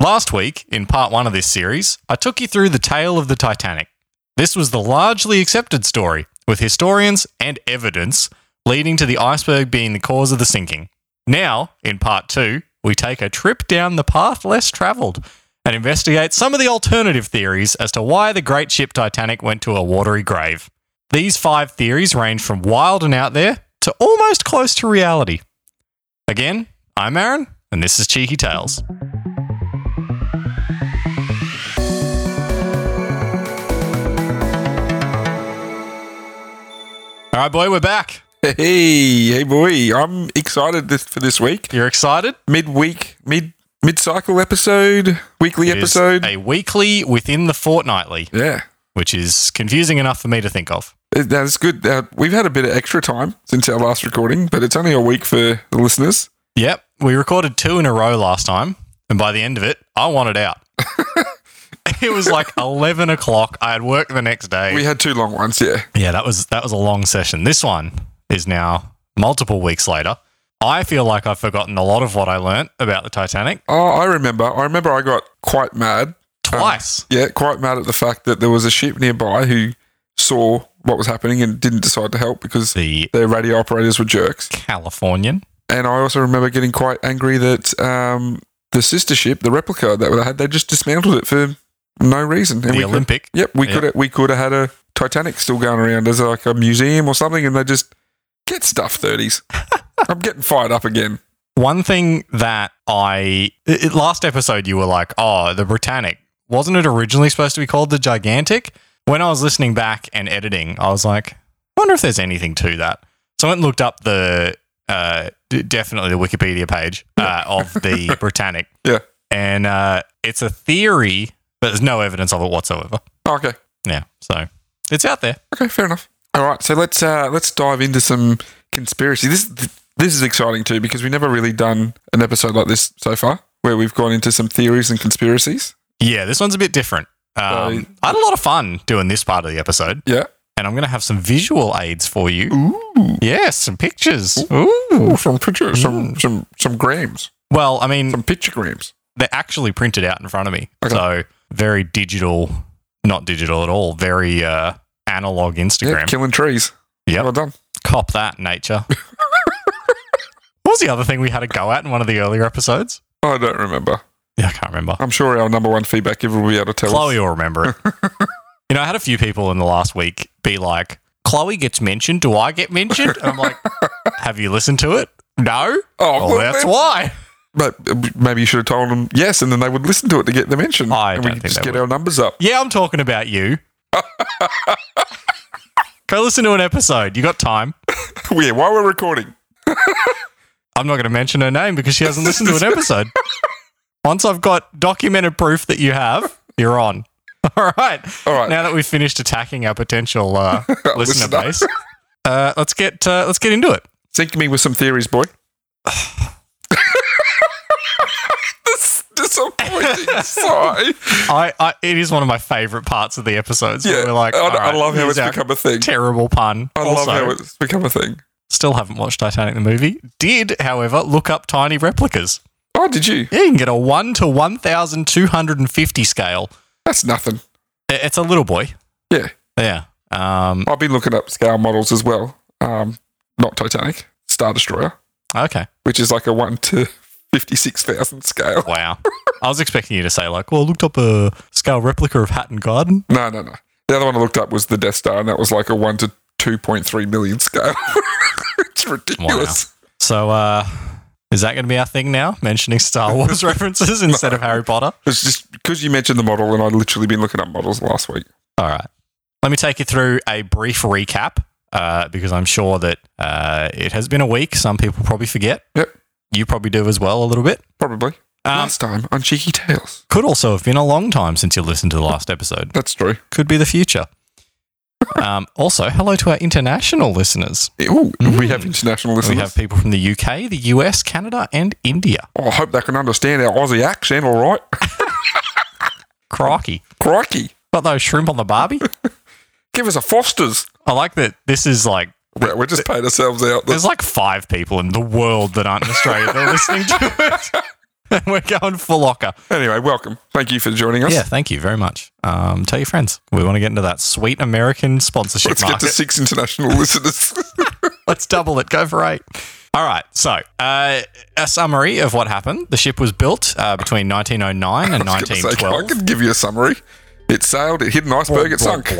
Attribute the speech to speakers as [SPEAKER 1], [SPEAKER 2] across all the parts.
[SPEAKER 1] Last week, in part one of this series, I took you through the tale of the Titanic. This was the largely accepted story, with historians and evidence leading to the iceberg being the cause of the sinking. Now, in part two, we take a trip down the path less travelled and investigate some of the alternative theories as to why the great ship Titanic went to a watery grave. These five theories range from wild and out there to almost close to reality. Again, I'm Aaron, and this is Cheeky Tales. All right, boy, we're back.
[SPEAKER 2] Hey, hey, boy! I'm excited this, for this week.
[SPEAKER 1] You're excited?
[SPEAKER 2] Mid-week, mid mid-cycle episode, weekly
[SPEAKER 1] It is
[SPEAKER 2] episode.
[SPEAKER 1] A weekly within the fortnightly,
[SPEAKER 2] yeah,
[SPEAKER 1] which is confusing enough for me to think of.
[SPEAKER 2] It- that's good. Uh, we've had a bit of extra time since our last recording, but it's only a week for the listeners.
[SPEAKER 1] Yep. We recorded two in a row last time, and by the end of it, I wanted out. it was like eleven o'clock. I had work the next day.
[SPEAKER 2] We had two long ones. Yeah,
[SPEAKER 1] yeah, that was that was a long session. This one is now multiple weeks later. I feel like I've forgotten a lot of what I learnt about the Titanic
[SPEAKER 2] Oh, I remember. I remember I got quite mad.
[SPEAKER 1] twice.
[SPEAKER 2] Yeah, quite mad at the fact that there was a ship nearby who saw what was happening and didn't decide to help because
[SPEAKER 1] the
[SPEAKER 2] their radio operators were jerks.
[SPEAKER 1] Californian.
[SPEAKER 2] And I also remember getting quite angry that um, the sister ship, the replica that they had, they just dismantled it for no reason. And
[SPEAKER 1] the
[SPEAKER 2] we could-
[SPEAKER 1] Olympic.
[SPEAKER 2] yep, we
[SPEAKER 1] Yep.
[SPEAKER 2] could have, we could have had a Titanic still going around as like a museum or something, and they just get stuff thirties. I'm getting fired up again.
[SPEAKER 1] One thing that I it, it- last episode you were like, "Oh, the Britannic wasn't it originally supposed to be called the Gigantic?" When I was listening back and editing, I was like, I "Wonder if there's anything to that." So I went and looked up the uh, d- definitely the Wikipedia page uh, of the Britannic.
[SPEAKER 2] Yeah.
[SPEAKER 1] and uh, it's a theory, but there's no evidence of it whatsoever.
[SPEAKER 2] Oh, okay.
[SPEAKER 1] Yeah, so it's out there.
[SPEAKER 2] Okay, fair enough. All right, so let's uh, let's dive into some conspiracy. This this is exciting too because we've never really done an episode like this so far, where we've gone into some theories and conspiracies.
[SPEAKER 1] Yeah, this one's a bit different. Um,
[SPEAKER 2] So-
[SPEAKER 1] I had a lot of fun doing this part of the episode,
[SPEAKER 2] Yeah.
[SPEAKER 1] and I'm going to have some visual aids for you.
[SPEAKER 2] Ooh.
[SPEAKER 1] Yes, some pictures.
[SPEAKER 2] Ooh, some pictures, some some some grams,
[SPEAKER 1] Well, I mean,
[SPEAKER 2] some pictograms.
[SPEAKER 1] they're actually printed out in front of me.
[SPEAKER 2] Okay.
[SPEAKER 1] So very digital, not digital at all, very uh, analog
[SPEAKER 2] Yeah,
[SPEAKER 1] Instagram.
[SPEAKER 2] killing trees.
[SPEAKER 1] Yep.
[SPEAKER 2] Well done.
[SPEAKER 1] Cop that, nature. what was the other thing we had to go at in one of the earlier episodes?
[SPEAKER 2] I don't remember.
[SPEAKER 1] Yeah, I can't remember.
[SPEAKER 2] I'm sure our number one feedback giver will be able to tell
[SPEAKER 1] Chloe
[SPEAKER 2] us.
[SPEAKER 1] will remember it. you know, I had a few people in the last week be like, Chloe gets mentioned. Do I get mentioned? And I'm like, have you listened to it? No.
[SPEAKER 2] Oh,
[SPEAKER 1] Well,
[SPEAKER 2] well,
[SPEAKER 1] that's
[SPEAKER 2] then-
[SPEAKER 1] why.
[SPEAKER 2] but uh, maybe you should have told them yes, and then they would listen to it to get the mention.
[SPEAKER 1] I
[SPEAKER 2] and
[SPEAKER 1] don't
[SPEAKER 2] we
[SPEAKER 1] think
[SPEAKER 2] just
[SPEAKER 1] they
[SPEAKER 2] get our numbers up.
[SPEAKER 1] Yeah, I'm talking about you. Go listen to an episode. You got time.
[SPEAKER 2] yeah, while we're recording.
[SPEAKER 1] I'm not going to mention her name because she hasn't listened to an episode. Once I've got documented proof that you have, you're on. All right.
[SPEAKER 2] All right.
[SPEAKER 1] Now that we've finished attacking our potential uh, listener
[SPEAKER 2] Listener.
[SPEAKER 1] base, uh, let's get uh, let's get into it.
[SPEAKER 2] Sink me with some theories, boy. This disappointing sigh.
[SPEAKER 1] I, I it is one of my favorite parts of the episodes. where
[SPEAKER 2] Yeah,
[SPEAKER 1] we're like,
[SPEAKER 2] I,
[SPEAKER 1] all
[SPEAKER 2] I
[SPEAKER 1] right,
[SPEAKER 2] love how
[SPEAKER 1] here's
[SPEAKER 2] it's
[SPEAKER 1] our
[SPEAKER 2] become a thing.
[SPEAKER 1] terrible pun.
[SPEAKER 2] I
[SPEAKER 1] also,
[SPEAKER 2] love how it's become a thing.
[SPEAKER 1] still haven't watched Titanic the movie. Did, however, look up tiny replicas.
[SPEAKER 2] Oh, did you?
[SPEAKER 1] Yeah, you can get a 1 to 1,250 scale.
[SPEAKER 2] That's nothing.
[SPEAKER 1] I- It's a little boy.
[SPEAKER 2] Yeah,
[SPEAKER 1] Yeah. Um,
[SPEAKER 2] I've been looking up scale models as well. Um, not Titanic, Star Destroyer,
[SPEAKER 1] okay.
[SPEAKER 2] which is like a one to fifty-six thousand scale.
[SPEAKER 1] Wow. I was expecting you to say, like, well, I looked up a scale replica of Hatton Garden.
[SPEAKER 2] No, no, no. The other one I looked up was the Death Star, and that was like a one to two point three million scale. it's ridiculous.
[SPEAKER 1] So, uh, is that going to be our thing now? Mentioning Star Wars references instead of Harry Potter?
[SPEAKER 2] It's just because you mentioned the model, and I'd literally been looking up models last week.
[SPEAKER 1] All right. Let me take you through a brief recap uh, because I'm sure that uh, it has been a week. Some people probably forget.
[SPEAKER 2] Yep.
[SPEAKER 1] You probably do as well a little bit.
[SPEAKER 2] Probably.
[SPEAKER 1] Um,
[SPEAKER 2] Last time on Cheeky Tales.
[SPEAKER 1] could also have been a long time since you listened to the last episode.
[SPEAKER 2] That's true.
[SPEAKER 1] Could be the future. Um, also, hello to our international listeners.
[SPEAKER 2] Ooh, We have international listeners.
[SPEAKER 1] Mm. We have people from the UK, the US, Canada, and India.
[SPEAKER 2] Oh, I hope they can understand our Aussie accent, all right?
[SPEAKER 1] Crikey.
[SPEAKER 2] Crikey.
[SPEAKER 1] Got those shrimp on the barbie?
[SPEAKER 2] Give us a Foster's.
[SPEAKER 1] I like that this is like,
[SPEAKER 2] We're, we're just paying ourselves out.
[SPEAKER 1] there's like five people in the world that aren't in Australia. They're listening to it. We're going for locker.
[SPEAKER 2] Anyway, welcome. Thank you for joining us.
[SPEAKER 1] Yeah, thank you very much. Um, tell your friends. We want to get into that sweet American sponsorship
[SPEAKER 2] Let's get
[SPEAKER 1] market.
[SPEAKER 2] to six international listeners.
[SPEAKER 1] Let's double it. Go for eight. All right. So, uh, a summary of what happened. The ship was built uh, between 1909 and
[SPEAKER 2] I was gonna say, I
[SPEAKER 1] 1912.
[SPEAKER 2] can give you a summary. It sailed, it hit an iceberg, it sunk.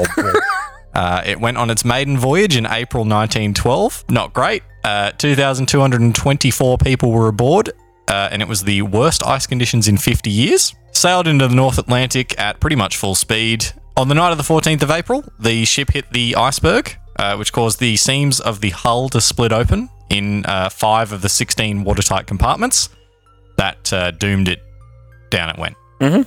[SPEAKER 1] Uh, it went on its maiden voyage in April 1912. Not great. Uh, 2,224 people were aboard, uh, and it was the worst ice conditions in 50 years. Sailed into the North Atlantic at pretty much full speed. On the night of the 14th of April, the ship hit the iceberg, uh, which caused the seams of the hull to split open in uh, five of the 16 watertight compartments. That uh, doomed it. Down it went.
[SPEAKER 2] Mhm.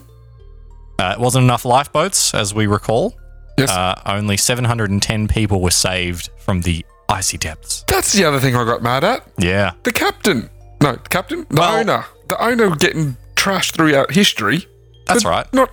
[SPEAKER 1] Uh, it wasn't enough lifeboats, as we recall.
[SPEAKER 2] Yes.
[SPEAKER 1] Uh, only 710 people were saved from the icy depths.
[SPEAKER 2] That's the other thing I got mad at.
[SPEAKER 1] Yeah.
[SPEAKER 2] The captain. No, the captain? The
[SPEAKER 1] Well-
[SPEAKER 2] owner. The owner getting trashed throughout history.
[SPEAKER 1] That's
[SPEAKER 2] But
[SPEAKER 1] right.
[SPEAKER 2] Not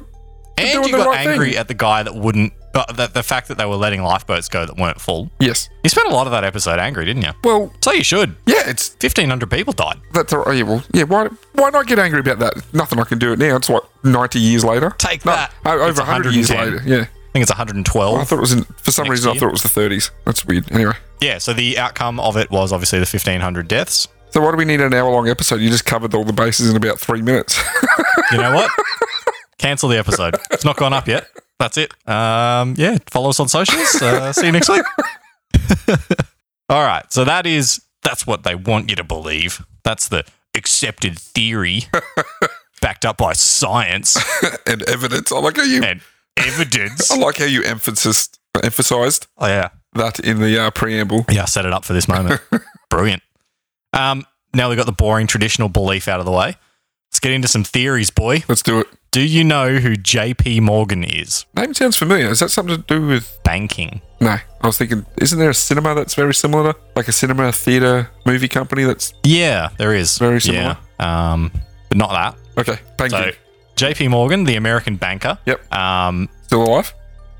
[SPEAKER 1] And
[SPEAKER 2] doing
[SPEAKER 1] you
[SPEAKER 2] the
[SPEAKER 1] got
[SPEAKER 2] right
[SPEAKER 1] angry
[SPEAKER 2] thing.
[SPEAKER 1] at the guy that wouldn't, uh, the, the fact that they were letting lifeboats go that weren't full.
[SPEAKER 2] yes.
[SPEAKER 1] You spent a lot of that episode angry, didn't you?
[SPEAKER 2] Well,
[SPEAKER 1] So you should.
[SPEAKER 2] yeah, it's
[SPEAKER 1] 1,500 people died.
[SPEAKER 2] that's all right. Yeah, well, yeah, why why not get angry about that? Nothing I can do it now. It's what, ninety years later?
[SPEAKER 1] Take
[SPEAKER 2] No,
[SPEAKER 1] that.
[SPEAKER 2] o-
[SPEAKER 1] It's
[SPEAKER 2] over hundred years
[SPEAKER 1] 110.
[SPEAKER 2] later. Yeah.
[SPEAKER 1] I think it's 112.
[SPEAKER 2] I thought it was in for some
[SPEAKER 1] Next
[SPEAKER 2] reason
[SPEAKER 1] year.
[SPEAKER 2] I thought it was the thirties. That's weird. Anyway.
[SPEAKER 1] yeah, so the outcome of it was obviously the 1,500 deaths.
[SPEAKER 2] So why do we need an hour long episode? You just covered all the bases in about three minutes.
[SPEAKER 1] You know what? Cancel the episode. It's not gone up yet. That's it. Um, yeah, follow us on socials. Uh, see you next week. All right. So that is that's what they want you to believe. That's the accepted theory, backed up by science
[SPEAKER 2] and evidence. I like how you
[SPEAKER 1] and evidence.
[SPEAKER 2] I like how you emphasized emphasized
[SPEAKER 1] Oh yeah,
[SPEAKER 2] that in the uh, preamble.
[SPEAKER 1] yeah. I set it up for this moment. Brilliant. Um, now we've got the boring traditional belief out of the way. Let's get into some theories, boy.
[SPEAKER 2] Let's do it.
[SPEAKER 1] Do you know who J.P. Morgan is?
[SPEAKER 2] Name sounds familiar. Is that something to do with
[SPEAKER 1] Banking.
[SPEAKER 2] No. I was thinking, isn't there a cinema that's very similar to like a cinema, theatre, movie company that's
[SPEAKER 1] Yeah, there is.
[SPEAKER 2] Very similar.
[SPEAKER 1] Yeah. Um, but not that.
[SPEAKER 2] Okay, thank
[SPEAKER 1] So,
[SPEAKER 2] you.
[SPEAKER 1] JP Morgan, the American banker.
[SPEAKER 2] Yep.
[SPEAKER 1] Um,
[SPEAKER 2] Still alive?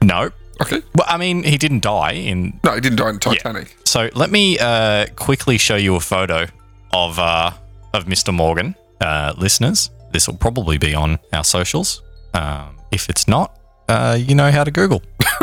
[SPEAKER 1] no.
[SPEAKER 2] Okay.
[SPEAKER 1] Well, I mean, he didn't die in.
[SPEAKER 2] No, he didn't die in Titanic.
[SPEAKER 1] So let me uh, quickly show you a photo of uh, of Mr. Morgan, uh, listeners. This will probably be on our socials. Um, if it's not, uh, you know how to Google.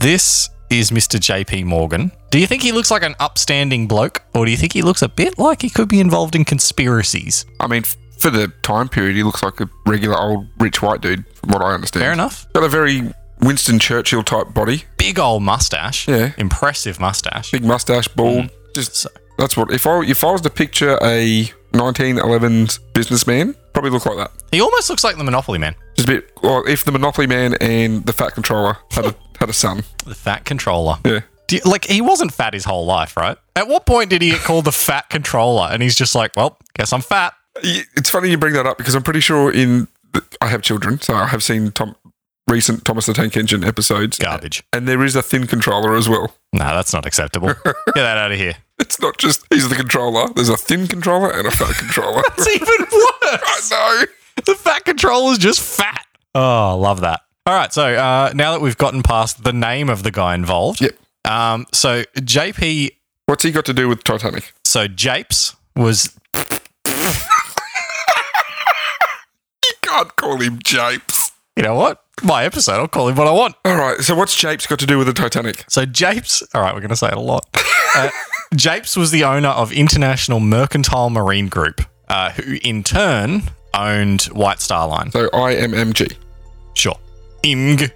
[SPEAKER 1] this is Mr. JP Morgan. Do you think he looks like an upstanding bloke, or do you think he looks a bit like he could be involved in conspiracies?
[SPEAKER 2] I mean, f- for the time period, he looks like a regular old rich white dude, from what I understand.
[SPEAKER 1] Fair enough.
[SPEAKER 2] Got a very Winston Churchill type body,
[SPEAKER 1] Big old mustache.
[SPEAKER 2] Yeah.
[SPEAKER 1] Impressive mustache.
[SPEAKER 2] big mustache, bald. Just
[SPEAKER 1] So-
[SPEAKER 2] that's what. If I if I was to picture a 1911 businessman, probably look like that.
[SPEAKER 1] He almost looks like the Monopoly man.
[SPEAKER 2] Just a bit. Or if the Monopoly Man and the Fat Controller had a had a son.
[SPEAKER 1] The fat controller.
[SPEAKER 2] Yeah.
[SPEAKER 1] Do you- like, he wasn't fat his whole life, right? At what point did he get called the fat controller? And he's just like, well, guess I'm fat.
[SPEAKER 2] Y- It's funny you bring that up because I'm pretty sure in I have children, so I have seen Tom recent Thomas the Tank Engine episodes,
[SPEAKER 1] Garbage.
[SPEAKER 2] and there is a thin controller as well.
[SPEAKER 1] No, that's not acceptable. Get that out of here.
[SPEAKER 2] It's not just he's the controller. There's a thin controller and a fat controller.
[SPEAKER 1] It's even worse.
[SPEAKER 2] I know.
[SPEAKER 1] The fat controller's just fat. Oh, love that. All right. So uh, now that we've gotten past the name of the guy involved.
[SPEAKER 2] Yep.
[SPEAKER 1] Um, so JP
[SPEAKER 2] What's he got to do with Titanic?
[SPEAKER 1] So Japes was
[SPEAKER 2] You can't call him Japes.
[SPEAKER 1] you know what? My episode, I'll call him what I want.
[SPEAKER 2] All right. So what's Japes got to do with the Titanic?
[SPEAKER 1] So Japes, all right, we're going to say it a lot. Uh, Japes was the owner of International Mercantile Marine Group, uh, who in turn owned White Star Line.
[SPEAKER 2] So IMMG.
[SPEAKER 1] Sure. IMG.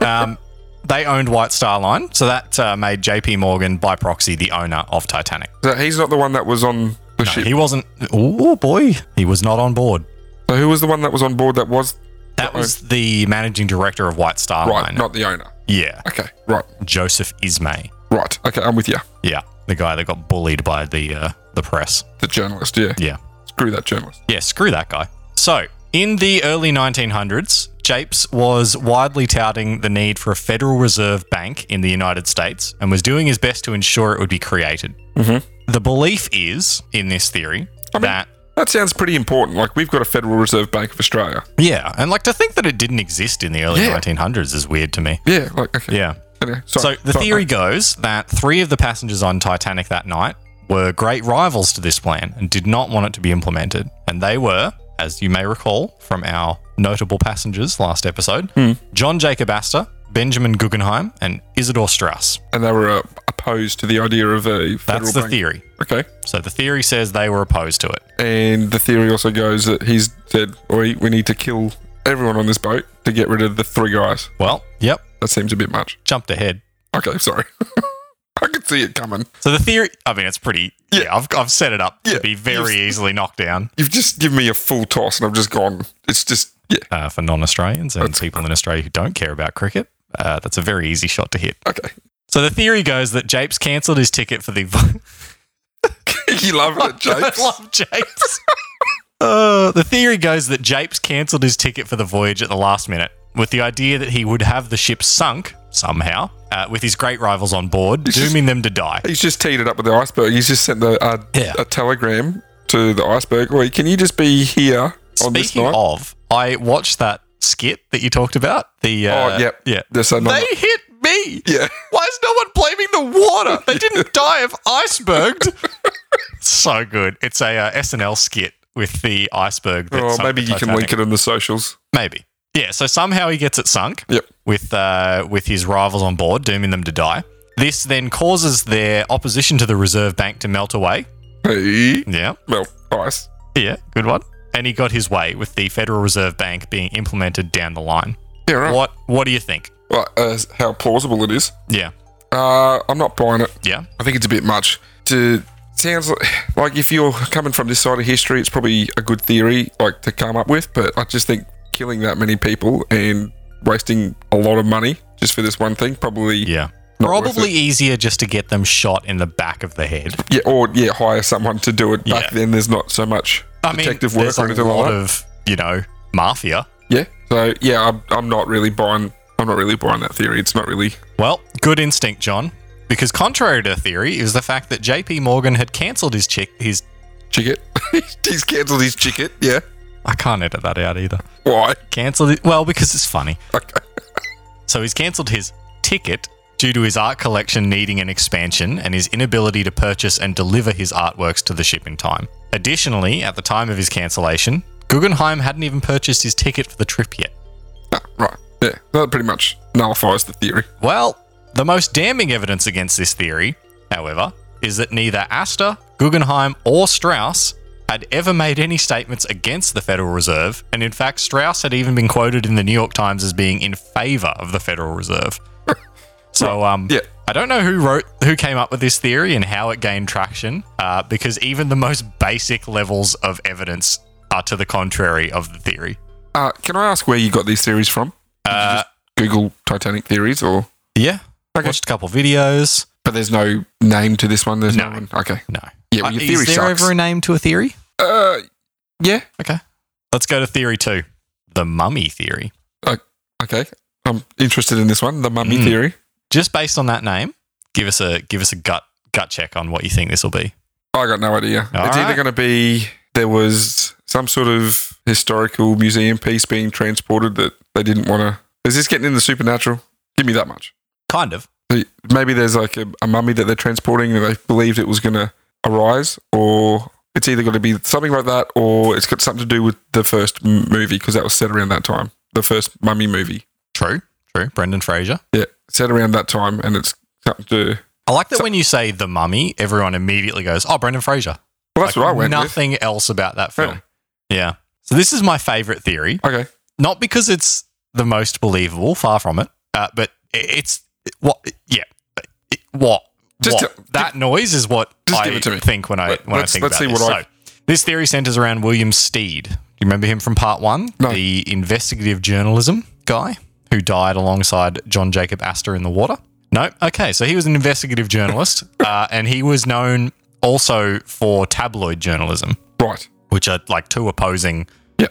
[SPEAKER 1] um, they owned White Star Line, so that uh, made JP Morgan by proxy the owner of Titanic.
[SPEAKER 2] So he's not the one that was on the ship.
[SPEAKER 1] He wasn't, oh boy, he was not on board.
[SPEAKER 2] so who was the one that was on board that was
[SPEAKER 1] That was the managing director of White Star
[SPEAKER 2] right?
[SPEAKER 1] Line.
[SPEAKER 2] Not the owner.
[SPEAKER 1] yeah,
[SPEAKER 2] Okay. Right.
[SPEAKER 1] Joseph Ismay.
[SPEAKER 2] Right. Okay. I'm with you.
[SPEAKER 1] Yeah, the guy that got bullied by the uh, the press.
[SPEAKER 2] The journalist. Yeah.
[SPEAKER 1] Yeah,
[SPEAKER 2] Screw that journalist.
[SPEAKER 1] yeah. Screw that guy. So in the early 1900s, Japes was widely touting the need for a Federal Reserve Bank in the United States and was doing his best to ensure it would be created. The belief is in this theory that
[SPEAKER 2] That sounds pretty important. Like we've got a Federal Reserve Bank of Australia.
[SPEAKER 1] yeah, and like to think that it didn't exist in the early
[SPEAKER 2] Yeah.
[SPEAKER 1] 1900s is weird to me.
[SPEAKER 2] Yeah. Like okay.
[SPEAKER 1] Yeah.
[SPEAKER 2] Anyway,
[SPEAKER 1] So
[SPEAKER 2] sorry,
[SPEAKER 1] the
[SPEAKER 2] sorry,
[SPEAKER 1] theory
[SPEAKER 2] mate.
[SPEAKER 1] goes that three of the passengers on Titanic that night were great rivals to this plan and did not want it to be implemented. And they were, as you may recall from our notable passengers last episode,
[SPEAKER 2] Hmm.
[SPEAKER 1] John Jacob Astor, Benjamin Guggenheim, and Isidor Strauss.
[SPEAKER 2] And they were uh, opposed to the idea of a federal
[SPEAKER 1] That's the
[SPEAKER 2] bank.
[SPEAKER 1] theory.
[SPEAKER 2] Okay.
[SPEAKER 1] So the theory says they were opposed to it.
[SPEAKER 2] And the theory also goes that he's said, or he, we need to kill everyone on this boat to get rid of the three guys.
[SPEAKER 1] Well, yep,
[SPEAKER 2] That seems a bit much.
[SPEAKER 1] jumped ahead.
[SPEAKER 2] Okay, sorry. I could see it coming.
[SPEAKER 1] So the theory, I mean, it's pretty. Yeah, I've, I've set it up
[SPEAKER 2] Yeah,
[SPEAKER 1] to be very easily knocked down
[SPEAKER 2] You've just given me a full toss and I've just gone. It's just, yeah,
[SPEAKER 1] uh, for non Australians and people in Australia who don't care about cricket. Uh, that's a very easy shot to hit.
[SPEAKER 2] okay.
[SPEAKER 1] So the theory goes that Japes cancelled his ticket for the
[SPEAKER 2] you loving it,
[SPEAKER 1] I
[SPEAKER 2] James?
[SPEAKER 1] love Japes. uh, the theory goes that Japes cancelled his ticket for the voyage at the last minute, with the idea that he would have the ship sunk somehow uh, with his great rivals on board, dooming them to die.
[SPEAKER 2] He's just teed it up with the iceberg. He's just sent the, uh,
[SPEAKER 1] Yeah.
[SPEAKER 2] a telegram to the iceberg. Wait, can you just be here on this
[SPEAKER 1] Speaking
[SPEAKER 2] night?
[SPEAKER 1] of, I watched that skit that you talked about. The uh,
[SPEAKER 2] oh, yep.
[SPEAKER 1] yeah.
[SPEAKER 2] There's another.
[SPEAKER 1] They hit me.
[SPEAKER 2] Yeah.
[SPEAKER 1] Why is no one blaming the water? They didn't die of iceberged. so good. It's a uh, SNL skit with the iceberg. That
[SPEAKER 2] Oh,
[SPEAKER 1] sunk
[SPEAKER 2] maybe
[SPEAKER 1] the
[SPEAKER 2] you can
[SPEAKER 1] Titanic.
[SPEAKER 2] link it in the socials.
[SPEAKER 1] Maybe. Yeah. So somehow he gets it sunk.
[SPEAKER 2] Yep.
[SPEAKER 1] With uh, with his rivals on board, dooming them to die. This then causes their opposition to the Reserve Bank to melt away.
[SPEAKER 2] Hey.
[SPEAKER 1] Yeah.
[SPEAKER 2] Well, ice.
[SPEAKER 1] Yeah. Good one. And he got his way with the Federal Reserve Bank being implemented down the line.
[SPEAKER 2] Yeah, right.
[SPEAKER 1] What What do you think?
[SPEAKER 2] Well, uh, how plausible it is.
[SPEAKER 1] Yeah.
[SPEAKER 2] Uh, I'm not buying it.
[SPEAKER 1] Yeah.
[SPEAKER 2] I think it's a bit much. To sounds like, like if you're coming from this side of history, it's probably a good theory like to come up with. But I just think killing that many people and wasting a lot of money just for this one thing probably yeah,
[SPEAKER 1] Yeah.
[SPEAKER 2] Not worth
[SPEAKER 1] Probably easier just to get them shot in the back of the head.
[SPEAKER 2] or yeah hire someone to do it. Back
[SPEAKER 1] Yeah.
[SPEAKER 2] then, there's not so much
[SPEAKER 1] I mean,
[SPEAKER 2] detective
[SPEAKER 1] there's
[SPEAKER 2] work
[SPEAKER 1] a
[SPEAKER 2] or anything
[SPEAKER 1] lot
[SPEAKER 2] like that.
[SPEAKER 1] of you know mafia.
[SPEAKER 2] yeah. So yeah, I'm, I'm not really buying. I'm not really buying that theory. It's not really.
[SPEAKER 1] Well, good instinct, John. Because contrary to theory is the fact that J.P. Morgan had cancelled his chick. His
[SPEAKER 2] Chicket. He's cancelled his chicket. Yeah.
[SPEAKER 1] I can't edit that out either.
[SPEAKER 2] Why?
[SPEAKER 1] Cancelled it. Well, because it's funny.
[SPEAKER 2] Okay.
[SPEAKER 1] So he's cancelled his ticket due to his art collection needing an expansion and his inability to purchase and deliver his artworks to the ship in time. Additionally, at the time of his cancellation, Guggenheim hadn't even purchased his ticket for the trip yet.
[SPEAKER 2] Ah, right. Yeah. That pretty much nullifies the theory.
[SPEAKER 1] Well, the most damning evidence against this theory, however, is that neither Astor, Guggenheim, or Strauss had ever made any statements against the Federal Reserve, and in fact, Strauss had even been quoted in the New York Times as being in favor of the Federal Reserve. So, um,
[SPEAKER 2] Yeah.
[SPEAKER 1] I don't know who wrote, who came up with this theory and how it gained traction, uh, because even the most basic levels of evidence are to the contrary of the theory. Uh,
[SPEAKER 2] Uh, can I ask where you got these theories from? Did you just Google Titanic theories, or
[SPEAKER 1] Yeah. I
[SPEAKER 2] Okay.
[SPEAKER 1] Watched a couple videos.
[SPEAKER 2] but there's no name to this one. There's no,
[SPEAKER 1] No.
[SPEAKER 2] one. Okay.
[SPEAKER 1] No.
[SPEAKER 2] Yeah, well,
[SPEAKER 1] Uh,
[SPEAKER 2] your theory
[SPEAKER 1] is there
[SPEAKER 2] sucks.
[SPEAKER 1] ever a name to a theory?
[SPEAKER 2] uh, yeah.
[SPEAKER 1] Okay. Let's go to theory two the mummy theory.
[SPEAKER 2] Okay. I'm interested in this one, the mummy
[SPEAKER 1] Mm.
[SPEAKER 2] theory.
[SPEAKER 1] Just based on that name, give us a give us a gut gut check on what you think this will be.
[SPEAKER 2] I got no idea.
[SPEAKER 1] All
[SPEAKER 2] it's
[SPEAKER 1] right.
[SPEAKER 2] either going to be there was some sort of historical museum piece being transported that they didn't want to. Is this getting in the supernatural? Give me that much.
[SPEAKER 1] Kind of.
[SPEAKER 2] So Maybe there's like a, a mummy that they're transporting and they believed it was going to arise, or it's either going to be something like that, or it's got something to do with the first m- movie because that was set around that time. The first mummy movie.
[SPEAKER 1] True. True. Brendan Fraser.
[SPEAKER 2] Yeah, set around that time, and it's something to.
[SPEAKER 1] I like that when you say the mummy, everyone immediately goes, "Oh, Brendan Fraser."
[SPEAKER 2] Well, that's
[SPEAKER 1] Like,
[SPEAKER 2] what I went with.
[SPEAKER 1] Nothing else about that film.
[SPEAKER 2] Really?
[SPEAKER 1] Yeah. So this is my favorite theory,
[SPEAKER 2] Okay.
[SPEAKER 1] not because it's the most believable, far from it, uh, but i- it's what. Yeah. It- what?
[SPEAKER 2] Just
[SPEAKER 1] what?
[SPEAKER 2] t-
[SPEAKER 1] that noise is what
[SPEAKER 2] Just
[SPEAKER 1] I
[SPEAKER 2] give it to me.
[SPEAKER 1] think when I
[SPEAKER 2] Let-
[SPEAKER 1] when I
[SPEAKER 2] let's-
[SPEAKER 1] think
[SPEAKER 2] let's
[SPEAKER 1] about
[SPEAKER 2] see
[SPEAKER 1] this.
[SPEAKER 2] what
[SPEAKER 1] so,
[SPEAKER 2] I-
[SPEAKER 1] this theory centers around William Steed. Do you remember him from part one?
[SPEAKER 2] No.
[SPEAKER 1] The investigative journalism guy who died alongside John Jacob Astor in the water? No? Okay, so he was an investigative journalist uh, and he was known also for tabloid journalism,
[SPEAKER 2] Right.
[SPEAKER 1] which are like two opposing
[SPEAKER 2] Yeah.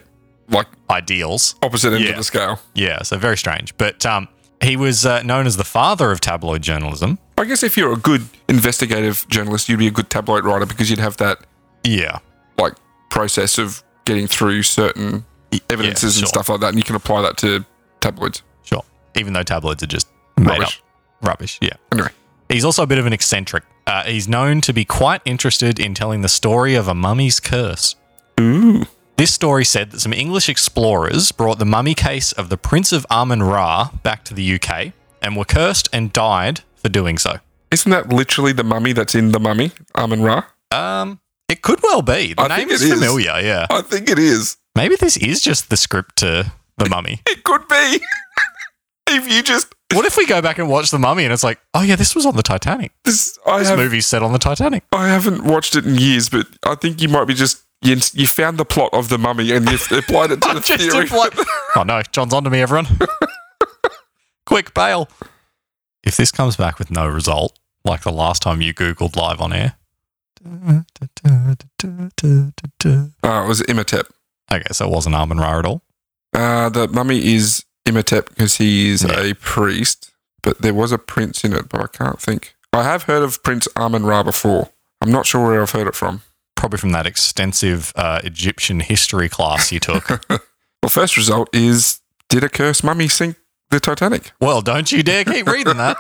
[SPEAKER 2] Like
[SPEAKER 1] ideals.
[SPEAKER 2] opposite end
[SPEAKER 1] Yeah.
[SPEAKER 2] of the scale.
[SPEAKER 1] Yeah, so very strange. But um, he was uh, known as the father of tabloid journalism.
[SPEAKER 2] I guess if you're a good investigative journalist, you'd be a good tabloid writer because you'd have that
[SPEAKER 1] Yeah.
[SPEAKER 2] like process of getting through certain e-, evidences
[SPEAKER 1] sure.
[SPEAKER 2] and stuff like that, and you can apply that to tabloids.
[SPEAKER 1] Sure. Even though tabloids are just made
[SPEAKER 2] Rubbish.
[SPEAKER 1] up rubbish. Yeah.
[SPEAKER 2] Anyway,
[SPEAKER 1] He's also a bit of an eccentric. Uh, he's known to be quite interested in telling the story of a mummy's curse.
[SPEAKER 2] Ooh.
[SPEAKER 1] This story said that some English explorers brought the mummy case of the Prince of Amun Ra back to the UK and were cursed and died for doing so.
[SPEAKER 2] Isn't that literally the mummy that's in the mummy, Amun Ra?
[SPEAKER 1] Um, it could well be. The
[SPEAKER 2] I
[SPEAKER 1] name
[SPEAKER 2] think
[SPEAKER 1] is
[SPEAKER 2] it is.
[SPEAKER 1] familiar, yeah.
[SPEAKER 2] I think it is.
[SPEAKER 1] Maybe this is just the script to The Mummy.
[SPEAKER 2] It could be. if you just
[SPEAKER 1] what if we go back and watch The Mummy and it's like, oh yeah, this was on the Titanic.
[SPEAKER 2] this, I
[SPEAKER 1] This
[SPEAKER 2] have
[SPEAKER 1] movie's set on the Titanic.
[SPEAKER 2] I haven't watched it in years, but I think you might be just you, you found the plot of the mummy and you've applied it to the
[SPEAKER 1] Just
[SPEAKER 2] theory.
[SPEAKER 1] imply- oh no, John's onto me, everyone. Quick bail. If this comes back with no result, like the last time you Googled live on air.
[SPEAKER 2] Oh, it was Imhotep.
[SPEAKER 1] Okay, so it wasn't Armin Ra at all.
[SPEAKER 2] Uh, the mummy is Imhotep because he is
[SPEAKER 1] Yeah.
[SPEAKER 2] a priest, but there was a prince in it, but I can't think. I have heard of Prince Amun Ra before. I'm not sure where I've heard it from.
[SPEAKER 1] Probably from that extensive uh, Egyptian history class you took.
[SPEAKER 2] Well, first result is did a cursed mummy sink the Titanic?
[SPEAKER 1] well, don't you dare keep reading that.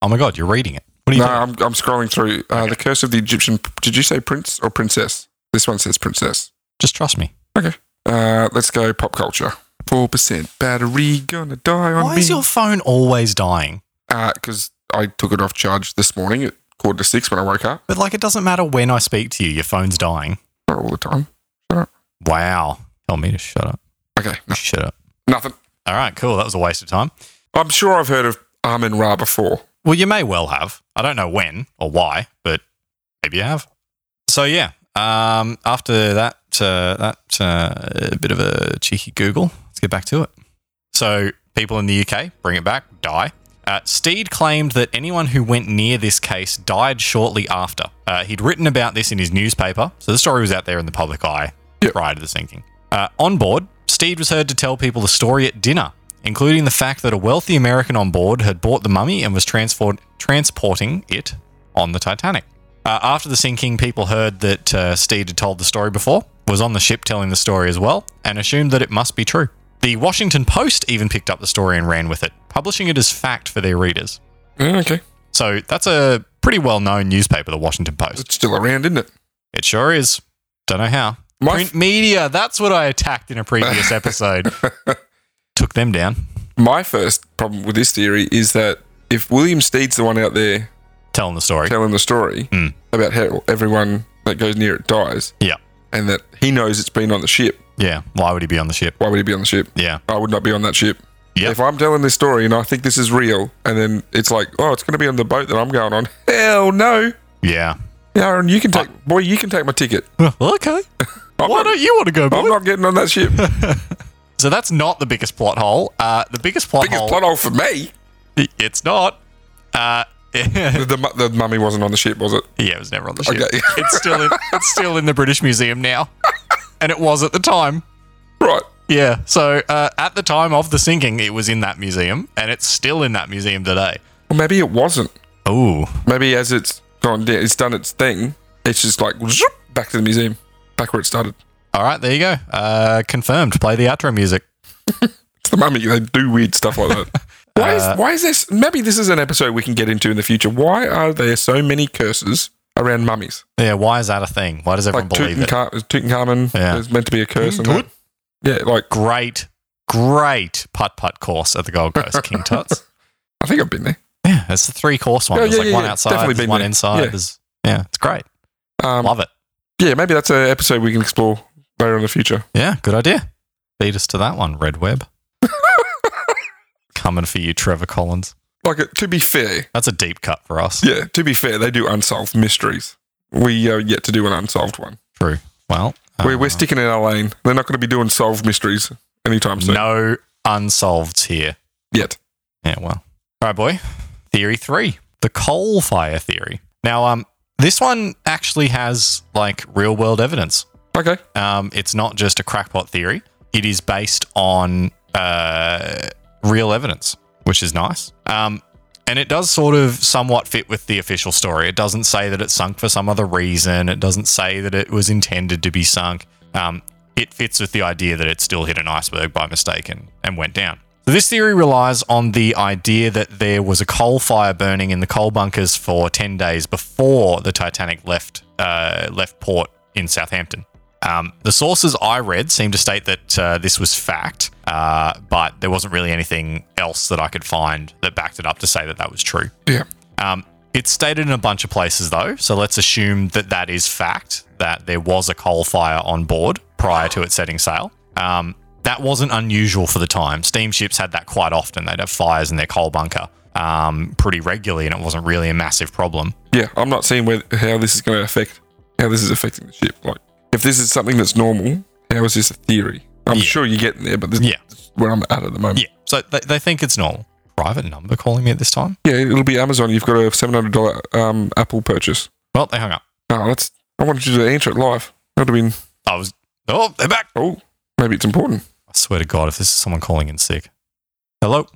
[SPEAKER 1] Oh my God, you're reading it. What are you
[SPEAKER 2] No,
[SPEAKER 1] doing?
[SPEAKER 2] I'm, I'm scrolling through. Uh, The Curse of the Egyptian. Did you say prince or princess? This one says princess.
[SPEAKER 1] Just trust me.
[SPEAKER 2] Uh, let's go pop culture. Four percent battery gonna die on
[SPEAKER 1] Why
[SPEAKER 2] me.
[SPEAKER 1] is your phone always dying?
[SPEAKER 2] Because I took it off charge this morning at quarter to six when I woke up.
[SPEAKER 1] But like, it doesn't matter when I speak to you, your phone's dying.
[SPEAKER 2] Not all the time.
[SPEAKER 1] Wow. Tell me to shut up.
[SPEAKER 2] Okay, no,
[SPEAKER 1] Shut up.
[SPEAKER 2] nothing.
[SPEAKER 1] All right, cool. That was a waste of time.
[SPEAKER 2] I'm sure I've heard of Amin Ra before.
[SPEAKER 1] Well, you may well have. I don't know when or why, but maybe you have. So yeah. Um, after that, uh, that uh, bit of a cheeky Google, let's get back to it. So people in the UK bring it back, die. Uh, Steed claimed that anyone who went near this case died shortly after. Uh, he'd written about this in his newspaper, so the story was out there in the public eye
[SPEAKER 2] Yep.
[SPEAKER 1] prior to the sinking. Uh, on board, Steed was heard to tell people the story at dinner, including the fact that a wealthy American on board had bought the mummy and was transport- transporting it on the Titanic. Uh, after the sinking, people heard that uh, Steed had told the story before, was on the ship telling the story as well, and assumed that it must be true. The Washington Post even picked up the story and ran with it, publishing it as fact for their readers.
[SPEAKER 2] Yeah, okay,
[SPEAKER 1] So that's a pretty well known newspaper, the Washington Post.
[SPEAKER 2] it's still around, isn't it?
[SPEAKER 1] It sure is. Don't know how.
[SPEAKER 2] My
[SPEAKER 1] Print media, that's what I attacked in a previous episode. Took them down.
[SPEAKER 2] My first problem with this theory is that if William Steed's the one out there
[SPEAKER 1] Telling the story.
[SPEAKER 2] telling the story
[SPEAKER 1] Mm.
[SPEAKER 2] about how everyone that goes near it dies,
[SPEAKER 1] Yeah.
[SPEAKER 2] and that he knows it's been on the ship,
[SPEAKER 1] Yeah. Why would he be on the ship?
[SPEAKER 2] why would he be on the ship?
[SPEAKER 1] Yeah.
[SPEAKER 2] I would not be on that ship.
[SPEAKER 1] Yep.
[SPEAKER 2] If I'm telling this story and I think this is real, and then it's like, oh, it's going to be on the boat that I'm going on. Hell no,
[SPEAKER 1] Yeah.
[SPEAKER 2] Aaron, you can take, boy, you can take my ticket.
[SPEAKER 1] okay.
[SPEAKER 2] I'm,
[SPEAKER 1] Why
[SPEAKER 2] not,
[SPEAKER 1] don't you want to go,
[SPEAKER 2] I'm
[SPEAKER 1] boy?
[SPEAKER 2] not getting on that ship. Biggest
[SPEAKER 1] So that's not the biggest plot hole. Uh, the biggest plot hole.
[SPEAKER 2] plot hole for me.
[SPEAKER 1] It's not. Uh, yeah,
[SPEAKER 2] The, the, mu- the mummy wasn't on the ship, was it?
[SPEAKER 1] it was never on the ship.
[SPEAKER 2] Okay.
[SPEAKER 1] it's still in. It's still in the British Museum now, and it was at the time.
[SPEAKER 2] Right.
[SPEAKER 1] Yeah. So uh, at the time of the sinking, it was in that museum, and it's still in that museum today.
[SPEAKER 2] Well, maybe it wasn't.
[SPEAKER 1] Oh,
[SPEAKER 2] Maybe as it's gone down, it's done its thing. It's just like zoop, back to the museum, back where it started.
[SPEAKER 1] all right. There you go. Uh, confirmed. Play the outro music.
[SPEAKER 2] It's the mummy. They do weird stuff like that. Why
[SPEAKER 1] Uh,
[SPEAKER 2] is, why is this? Maybe this is an episode we can get into in the future. Why are there so many curses around mummies?
[SPEAKER 1] Yeah. Why is that a thing? Why does everyone
[SPEAKER 2] like
[SPEAKER 1] believe it?
[SPEAKER 2] Tutankham- Tutankhamun.
[SPEAKER 1] Yeah.
[SPEAKER 2] There's meant to be a curse. And
[SPEAKER 1] Tut?
[SPEAKER 2] that. Yeah, like
[SPEAKER 1] Great, great putt putt course at the Gold Coast, King Tut's.
[SPEAKER 2] I think I've been there.
[SPEAKER 1] Yeah, it's the three course one.
[SPEAKER 2] Yeah,
[SPEAKER 1] there's
[SPEAKER 2] yeah,
[SPEAKER 1] like
[SPEAKER 2] yeah,
[SPEAKER 1] one
[SPEAKER 2] yeah.
[SPEAKER 1] outside,
[SPEAKER 2] Definitely
[SPEAKER 1] there's
[SPEAKER 2] been
[SPEAKER 1] one
[SPEAKER 2] there.
[SPEAKER 1] inside.
[SPEAKER 2] Yeah.
[SPEAKER 1] There's yeah, it's great.
[SPEAKER 2] Um,
[SPEAKER 1] Love it.
[SPEAKER 2] yeah, maybe that's an episode we can explore later in the future.
[SPEAKER 1] Yeah, good idea. Lead us to that one, Red Web. Coming for you, Trevor Collins.
[SPEAKER 2] Like, uh, to be fair,
[SPEAKER 1] That's a deep cut for us.
[SPEAKER 2] yeah, to be fair, they do unsolved mysteries. We are yet to do an unsolved one.
[SPEAKER 1] True. Well,
[SPEAKER 2] we're, we're
[SPEAKER 1] uh,
[SPEAKER 2] sticking in our lane. They're not going to be doing solved mysteries anytime soon.
[SPEAKER 1] no unsolveds here.
[SPEAKER 2] Yet.
[SPEAKER 1] Yeah, well. All right, boy. Theory three the coal fire theory. Now, um, this one actually has like real world evidence.
[SPEAKER 2] Okay.
[SPEAKER 1] Um, it's not just a crackpot theory. It is based on uh, real evidence, which is nice. Um, and it does sort of somewhat fit with the official story. It doesn't say that it sunk for some other reason. It doesn't say that it was intended to be sunk. Um, it fits with the idea that it still hit an iceberg by mistake and, and went down. So this theory relies on the idea that there was a coal fire burning in the coal bunkers for 10 days before the Titanic left uh, left port in Southampton. Um, the sources I read seem to state that uh, this was fact, uh, but there wasn't really anything else that I could find that backed it up to say that that was true.
[SPEAKER 2] Yeah.
[SPEAKER 1] Um, it's stated in a bunch of places though, so let's assume that that is fact that there was a coal fire on board prior to it setting sail. Um, that wasn't unusual for the time. Steamships had that quite often. They'd have fires in their coal bunker um, pretty regularly, and it wasn't really a massive problem.
[SPEAKER 2] Yeah, I'm not seeing where how this is going to affect how this is affecting the ship. Like, if this is something that's normal, how is this a theory? I'm
[SPEAKER 1] Yeah.
[SPEAKER 2] sure you're getting there, but this
[SPEAKER 1] Yeah.
[SPEAKER 2] is where I'm at at the moment.
[SPEAKER 1] Yeah, so they, they think it's normal. Private number calling me at this time?
[SPEAKER 2] Yeah, it'll be Amazon. You've got a $700 um, Apple purchase.
[SPEAKER 1] Well, they hung up.
[SPEAKER 2] Oh, that's. I wanted you to answer it live. That would have been.
[SPEAKER 1] I was. Oh, they're back.
[SPEAKER 2] Oh, maybe it's important.
[SPEAKER 1] I swear to God, if this is someone calling in sick. Hello?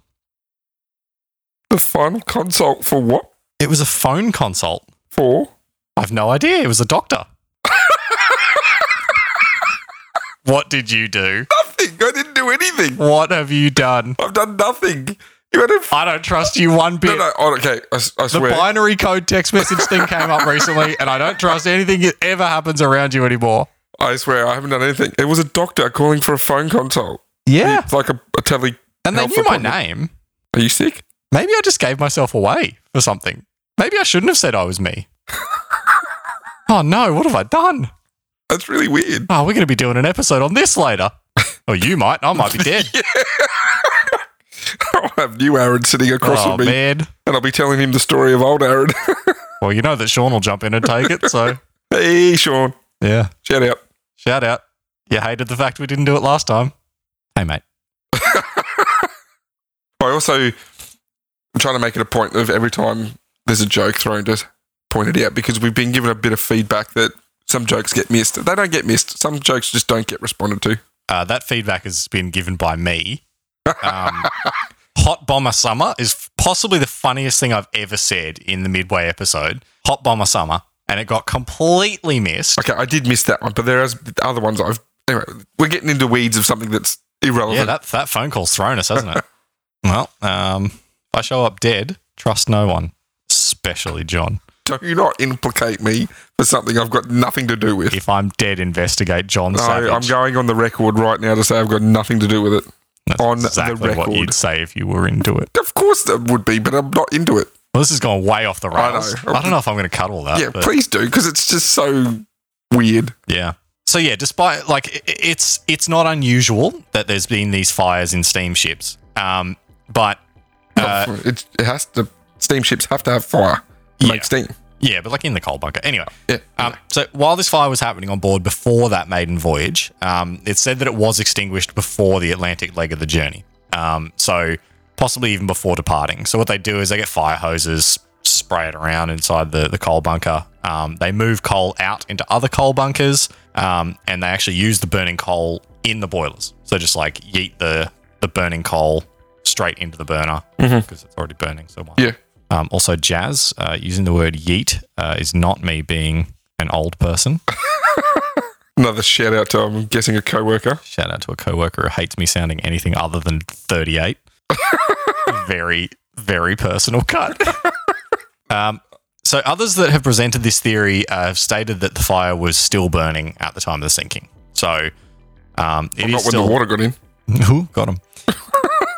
[SPEAKER 2] The final consult for what?
[SPEAKER 1] It was a phone consult.
[SPEAKER 2] For?
[SPEAKER 1] I've no idea. It was a doctor. what did you do?
[SPEAKER 2] Nothing. I didn't do anything.
[SPEAKER 1] What have you done?
[SPEAKER 2] I've done nothing. You had a. F-
[SPEAKER 1] I don't trust you one bit.
[SPEAKER 2] no, no. Oh, okay. I, s- I
[SPEAKER 1] Oh, The
[SPEAKER 2] swear.
[SPEAKER 1] binary code text message thing came up recently, and I don't trust anything that ever happens around you anymore.
[SPEAKER 2] I swear. I haven't done anything. It was a doctor calling for a phone consult.
[SPEAKER 1] Yeah.
[SPEAKER 2] It's like a, a tele.
[SPEAKER 1] And they
[SPEAKER 2] Health
[SPEAKER 1] knew my
[SPEAKER 2] appointment.
[SPEAKER 1] name.
[SPEAKER 2] Are you sick?
[SPEAKER 1] Maybe I just gave myself away for something. Maybe I shouldn't have said I was me. oh no, what have I done?
[SPEAKER 2] That's really weird.
[SPEAKER 1] Oh, we're going to be doing an episode on this later. oh, you might. I might be dead.
[SPEAKER 2] I'll have new Aaron sitting across
[SPEAKER 1] oh,
[SPEAKER 2] from me,
[SPEAKER 1] man.
[SPEAKER 2] and I'll be telling him the story of old Aaron.
[SPEAKER 1] Well, you know that Sean will jump in and take it. So,
[SPEAKER 2] hey, Sean.
[SPEAKER 1] yeah.
[SPEAKER 2] Shout out.
[SPEAKER 1] Shout out. You hated the fact we didn't do it last time. Hey, mate.
[SPEAKER 2] I also I'm trying to make it a point of every time there's a joke thrown to point it out because we've been given a bit of feedback that some jokes get missed. They don't get missed. Some jokes just don't get responded to.
[SPEAKER 1] Uh, that feedback has been given by me. Um, Hot Bomber Summer is possibly the funniest thing I've ever said in the Midway episode. Hot Bomber Summer. And it got completely missed.
[SPEAKER 2] Okay, I did miss that one, but there are other ones I've. Anyway, we're getting into weeds of something that's irrelevant.
[SPEAKER 1] Yeah, that, that phone call's thrown us, hasn't it? well, um, if I show up dead, trust no one, especially John.
[SPEAKER 2] Do not implicate me for something I've got nothing to do with.
[SPEAKER 1] If I'm dead, investigate John
[SPEAKER 2] No,
[SPEAKER 1] Savage.
[SPEAKER 2] I'm going on the record right now to say I've got nothing to do with it.
[SPEAKER 1] That's
[SPEAKER 2] on the
[SPEAKER 1] exactly what
[SPEAKER 2] record.
[SPEAKER 1] you'd say if you were into it.
[SPEAKER 2] Of course there would be, but I'm not into it.
[SPEAKER 1] Well, this has gone way off the rails. I,
[SPEAKER 2] know.
[SPEAKER 1] don't know if I'm going to cut all that.
[SPEAKER 2] Yeah,
[SPEAKER 1] Uh, but-
[SPEAKER 2] please do because it's just so weird.
[SPEAKER 1] Yeah. So yeah, despite like i- i- it's it's not unusual that there's been these fires in steamships, um, but uh,
[SPEAKER 2] it, it has to. Steamships have to have fire to
[SPEAKER 1] Yeah.
[SPEAKER 2] make steam.
[SPEAKER 1] yeah, but like in the coal bunker. Anyway,
[SPEAKER 2] Yeah.
[SPEAKER 1] um, so while this fire was happening on board before that maiden voyage, um, it's said that it was extinguished before the Atlantic leg of the journey. Um, so possibly even before departing. So what they do is they get fire hoses, spray it around inside the, the coal bunker. Um, they move coal out into other coal bunkers, um, and they actually use the burning coal in the boilers. So just like yeet the the burning coal straight into the burner because it's already burning. So why
[SPEAKER 2] Yeah.
[SPEAKER 1] um, also, Jazz, uh, using the word yeet uh, is not me being an old person.
[SPEAKER 2] Another shout out to, I'm guessing, a co worker.
[SPEAKER 1] Shout out to a coworker who hates me sounding anything other than 38. very, very personal cut. um, so, others that have presented this theory uh, have stated that the fire was still burning at the time of the sinking. So, um, it is
[SPEAKER 2] Not when
[SPEAKER 1] still
[SPEAKER 2] the water got in.
[SPEAKER 1] Ooh, got him.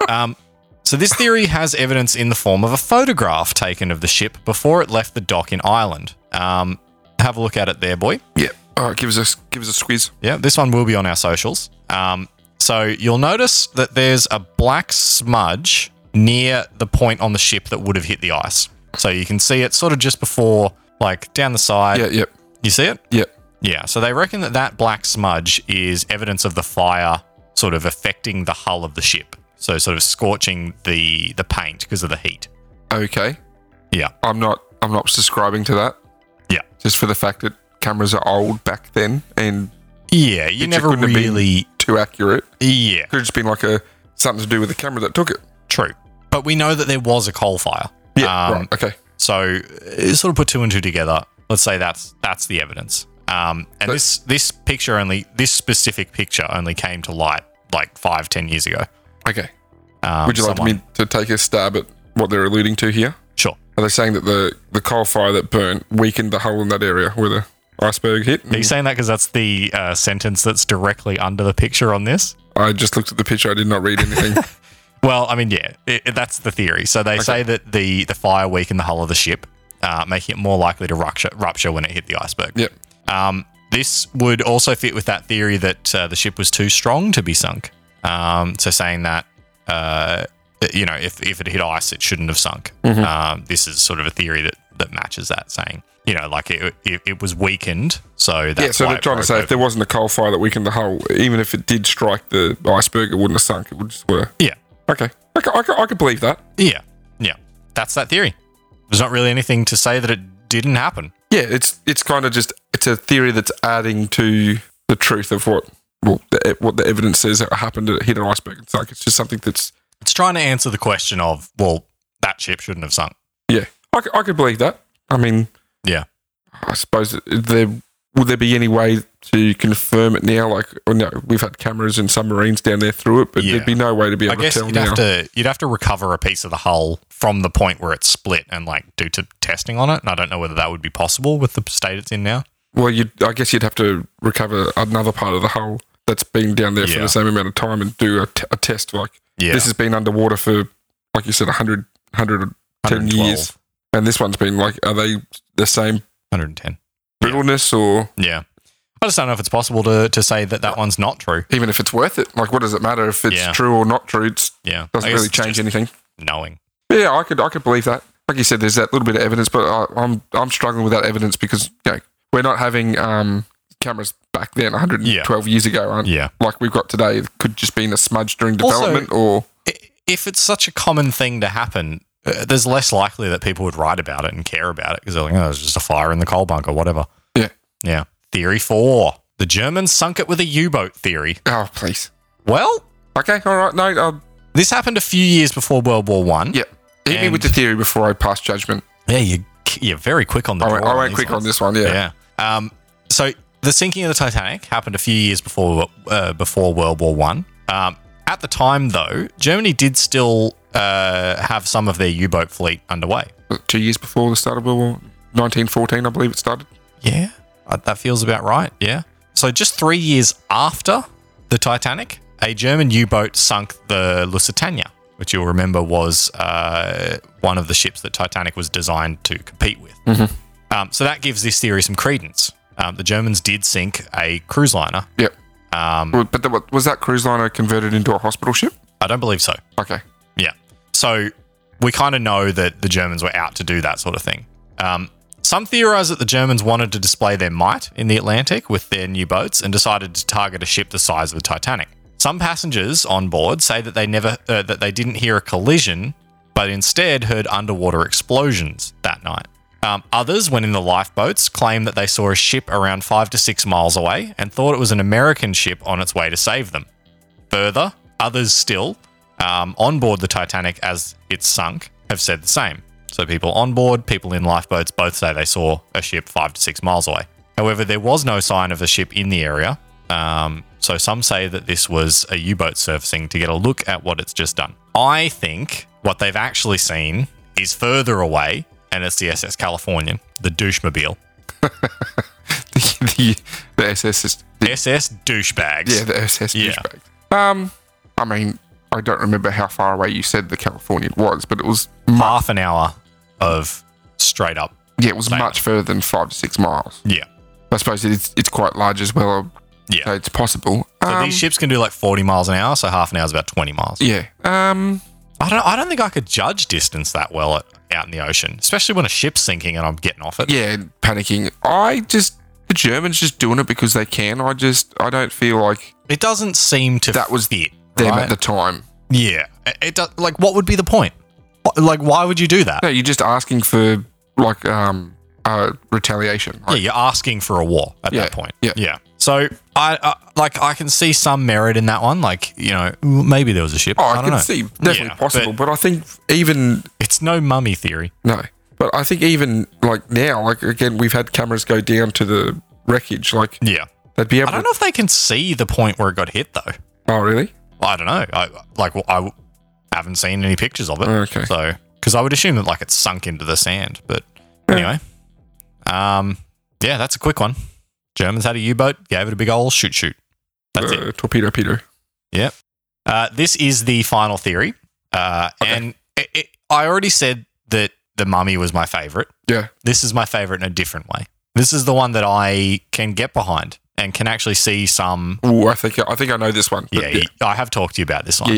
[SPEAKER 1] um, so this theory has evidence in the form of a photograph taken of the ship before it left the dock in Ireland. Um, have a look at it there, boy.
[SPEAKER 2] Yeah. All right, Oh, give us a, give us a squeeze.
[SPEAKER 1] Yeah, this one will be on our socials. Um, so you'll notice that there's a black smudge near the point on the ship that would have hit the ice. So you can see it sort of just before, like down the side.
[SPEAKER 2] Yeah, yep,
[SPEAKER 1] You see it?
[SPEAKER 2] yep.
[SPEAKER 1] Yeah, so they reckon that that black smudge is evidence of the fire sort of affecting the hull of the ship. So sort of scorching the the paint because of the heat.
[SPEAKER 2] Okay.
[SPEAKER 1] Yeah.
[SPEAKER 2] I'm not, I'm not subscribing to that.
[SPEAKER 1] Yeah.
[SPEAKER 2] Just for the fact that cameras are old back then and
[SPEAKER 1] Yeah, you
[SPEAKER 2] Picture
[SPEAKER 1] never
[SPEAKER 2] couldn't have been-
[SPEAKER 1] really
[SPEAKER 2] too accurate.
[SPEAKER 1] Yeah,
[SPEAKER 2] Could have just been like a something to do with the camera that took it.
[SPEAKER 1] true. But we know that there was a coal fire.
[SPEAKER 2] Yeah.
[SPEAKER 1] Um,
[SPEAKER 2] right. Okay.
[SPEAKER 1] So uh, sort of put two and two together. Let's say that's that's the evidence. Um, and
[SPEAKER 2] But-
[SPEAKER 1] this this picture only this specific picture only came to light like five ten years ago.
[SPEAKER 2] Okay.
[SPEAKER 1] Um,
[SPEAKER 2] Would you like
[SPEAKER 1] someone-
[SPEAKER 2] me to take a stab at what they're alluding to here?
[SPEAKER 1] Sure.
[SPEAKER 2] Are they saying that the, the coal fire that burnt weakened the hole in that area where the iceberg hit?
[SPEAKER 1] Are you saying that because that's the uh, sentence that's directly under the picture on this?
[SPEAKER 2] I just looked at the picture. I did not read anything.
[SPEAKER 1] Well, I mean, yeah, it, it- that's the theory. So they say that the, the fire weakened the hull of the ship, uh, making it more likely to rupture, rupture when it hit the iceberg.
[SPEAKER 2] yep.
[SPEAKER 1] Um, this would also fit with that theory that uh, the ship was too strong to be sunk. Um, so saying that, uh, you know, if, if it hit ice, it shouldn't have sunk.
[SPEAKER 2] Mm-hmm.
[SPEAKER 1] Um, this is sort of a theory that, that matches that saying, you know, like it, it, it was weakened. So that's
[SPEAKER 2] yeah, so
[SPEAKER 1] why
[SPEAKER 2] they're
[SPEAKER 1] it
[SPEAKER 2] trying to
[SPEAKER 1] broke
[SPEAKER 2] say
[SPEAKER 1] over.
[SPEAKER 2] if there wasn't a coal fire that weakened the hull, even if it did strike the iceberg, it wouldn't have sunk. It would just were.
[SPEAKER 1] Yeah.
[SPEAKER 2] Okay. I ca- I ca- I can believe that.
[SPEAKER 1] Yeah. Yeah. That's that theory. There's not really anything to say that it didn't happen.
[SPEAKER 2] Yeah, it's it's kind of just it's a theory that's adding to the truth of what well the, what the evidence says that happened to hit an iceberg. It's like it's just something that's
[SPEAKER 1] It's trying to answer the question of, well, that ship shouldn't have sunk.
[SPEAKER 2] yeah. I, c- I could believe that. I mean,
[SPEAKER 1] Yeah.
[SPEAKER 2] I suppose it- there would there be any way to confirm it now? Like, oh no, we've had cameras and submarines down there through it, but
[SPEAKER 1] Yeah.
[SPEAKER 2] there'd be no way to be
[SPEAKER 1] I
[SPEAKER 2] able to
[SPEAKER 1] guess
[SPEAKER 2] tell
[SPEAKER 1] you'd
[SPEAKER 2] now.
[SPEAKER 1] have to you'd have to recover a piece of the hull from the point where it's split and like do to testing on it. And I don't know whether that would be possible with the state it's in now.
[SPEAKER 2] Well, you I guess you'd have to recover another part of the hull that's been down there for
[SPEAKER 1] Yeah.
[SPEAKER 2] the same amount of time and do a, t- a test. Like
[SPEAKER 1] Yeah.
[SPEAKER 2] this has been underwater for, like you said, 100, 110 years,
[SPEAKER 1] 112,
[SPEAKER 2] and this one's been like, are they the same
[SPEAKER 1] 110.
[SPEAKER 2] brittleness, or
[SPEAKER 1] Yeah. I just don't know if it's possible to, to say that that one's not true.
[SPEAKER 2] even if it's worth it? Like, what does it matter if it's
[SPEAKER 1] Yeah.
[SPEAKER 2] true or not true? It
[SPEAKER 1] Yeah. I
[SPEAKER 2] doesn't
[SPEAKER 1] guess
[SPEAKER 2] really
[SPEAKER 1] it's
[SPEAKER 2] change
[SPEAKER 1] just
[SPEAKER 2] anything.
[SPEAKER 1] Knowing.
[SPEAKER 2] But yeah, I could I could believe that. Like you said, there's that little bit of evidence, but I, I'm I'm struggling with that evidence because you know, we're not having um, cameras back then 112 years ago, aren't
[SPEAKER 1] Yeah.
[SPEAKER 2] like we've got today it could just be in a smudge during
[SPEAKER 1] Also-
[SPEAKER 2] development or
[SPEAKER 1] I- if it's such a common thing to happen, uh, there's less likely that people would write about it and care about it because they're like, oh, it's just a fire in the coal bunker, whatever.
[SPEAKER 2] yeah
[SPEAKER 1] Yeah. Theory four the Germans sunk it with a U boat theory.
[SPEAKER 2] oh please
[SPEAKER 1] Well,
[SPEAKER 2] okay all right no I'll,
[SPEAKER 1] this happened a few years before World War One.
[SPEAKER 2] yeah hit me
[SPEAKER 1] And-
[SPEAKER 2] with the theory before I pass judgment
[SPEAKER 1] Yeah, you, you're very quick on the
[SPEAKER 2] I
[SPEAKER 1] draw.
[SPEAKER 2] went, I went
[SPEAKER 1] these
[SPEAKER 2] quick on
[SPEAKER 1] ones.
[SPEAKER 2] this one yeah,
[SPEAKER 1] Yeah. Um, so the sinking of the Titanic happened a few years before uh, before World War One. Um, at the time, though, Germany did still uh, have some of their U-boat fleet underway.
[SPEAKER 2] two years before the start of World War 1914 I believe it started
[SPEAKER 1] Yeah, uh, that feels about right. Yeah. So just three years after the Titanic, a German U-boat sunk the Lusitania, which you'll remember was uh, one of the ships that Titanic was designed to compete with. Um, so that gives this theory some credence. Um, the Germans did sink a cruise liner.
[SPEAKER 2] yep
[SPEAKER 1] Um,
[SPEAKER 2] Well, but the, what- was that cruise liner converted into a hospital ship
[SPEAKER 1] I don't believe so.
[SPEAKER 2] okay
[SPEAKER 1] Yeah. So we kind of know that the Germans were out to do that sort of thing. Um, some theorize that the Germans wanted to display their might in the Atlantic with their new boats and decided to target a ship the size of the Titanic. Some passengers on board say that they never uh, that they didn't hear a collision, but instead heard underwater explosions that night. Um, others, when in the lifeboats, claim that they saw a ship around five to six miles away and thought it was an American ship on its way to save them further. Others still um, on board the Titanic as it's sunk have said the same. So people on board, people in lifeboats, both say they saw a ship five to six miles away. However, there was no sign of a ship in the area. Um, so some say that this was a U-boat surfacing to get a look at what it's just done. I think what they've actually seen is further away, and it's the SS Californian, the douchemobile,
[SPEAKER 2] the, the SS is,
[SPEAKER 1] SS douchebags.
[SPEAKER 2] yeah the SS
[SPEAKER 1] Yeah.
[SPEAKER 2] douchebag. um I mean I don't remember how far away you said the Californian was but it was mu-
[SPEAKER 1] half an hour of straight up.
[SPEAKER 2] yeah it was much further than five to six miles
[SPEAKER 1] Yeah,
[SPEAKER 2] I suppose it's it's quite large as well.
[SPEAKER 1] yeah.
[SPEAKER 2] So it's possible.
[SPEAKER 1] So
[SPEAKER 2] Um,
[SPEAKER 1] these ships can do like 40 miles an hour, so half an hour is about 20 miles.
[SPEAKER 2] yeah. Um.
[SPEAKER 1] I don't I don't think I could judge distance that well at, out in the ocean, especially when a ship's sinking and I'm getting off it.
[SPEAKER 2] Yeah. Panicking. I just the Germans just doing it because they can. I just I don't feel like
[SPEAKER 1] It doesn't seem to
[SPEAKER 2] That was
[SPEAKER 1] fit.
[SPEAKER 2] them
[SPEAKER 1] right?
[SPEAKER 2] at the time.
[SPEAKER 1] yeah. It, it does, like what would be the point? Wh- Like why would you do that?
[SPEAKER 2] No, you're just asking for like um uh retaliation.
[SPEAKER 1] Yeah,
[SPEAKER 2] Like,
[SPEAKER 1] you're asking for a war at
[SPEAKER 2] Yeah,
[SPEAKER 1] that point.
[SPEAKER 2] yeah.
[SPEAKER 1] Yeah. So I, I like I can see some merit in that one. Like you know "Ooh, maybe there was a ship. I
[SPEAKER 2] Oh, I,
[SPEAKER 1] don't
[SPEAKER 2] can
[SPEAKER 1] know.
[SPEAKER 2] see definitely
[SPEAKER 1] Yeah,
[SPEAKER 2] possible, but I think even
[SPEAKER 1] It's no mummy theory.
[SPEAKER 2] No, but I think even like now, like again, we've had cameras go down to the wreckage. Like
[SPEAKER 1] Yeah.
[SPEAKER 2] they'd be able.
[SPEAKER 1] I don't
[SPEAKER 2] to
[SPEAKER 1] know if they can see the point where it got hit though.
[SPEAKER 2] Oh, really?
[SPEAKER 1] I don't know. I like well, I haven't seen any pictures of it.
[SPEAKER 2] Oh, Okay.
[SPEAKER 1] So, because I would assume that like it's sunk into the sand, but
[SPEAKER 2] Yeah.
[SPEAKER 1] anyway, um, yeah, that's a quick one. Germans had a U-boat, gave it a big old shoot shoot. That's it.
[SPEAKER 2] Uh, Torpedo Peter.
[SPEAKER 1] Yep. Uh, this is the final theory, uh,
[SPEAKER 2] Okay.
[SPEAKER 1] and it, it, I already said that the mummy was my favorite.
[SPEAKER 2] Yeah.
[SPEAKER 1] This is my favorite in a different way. This is the one that I can get behind and can actually see some.
[SPEAKER 2] Ooh, I think I think I know this one. but
[SPEAKER 1] Yeah, I have talked to you about this
[SPEAKER 2] yeah,
[SPEAKER 1] one.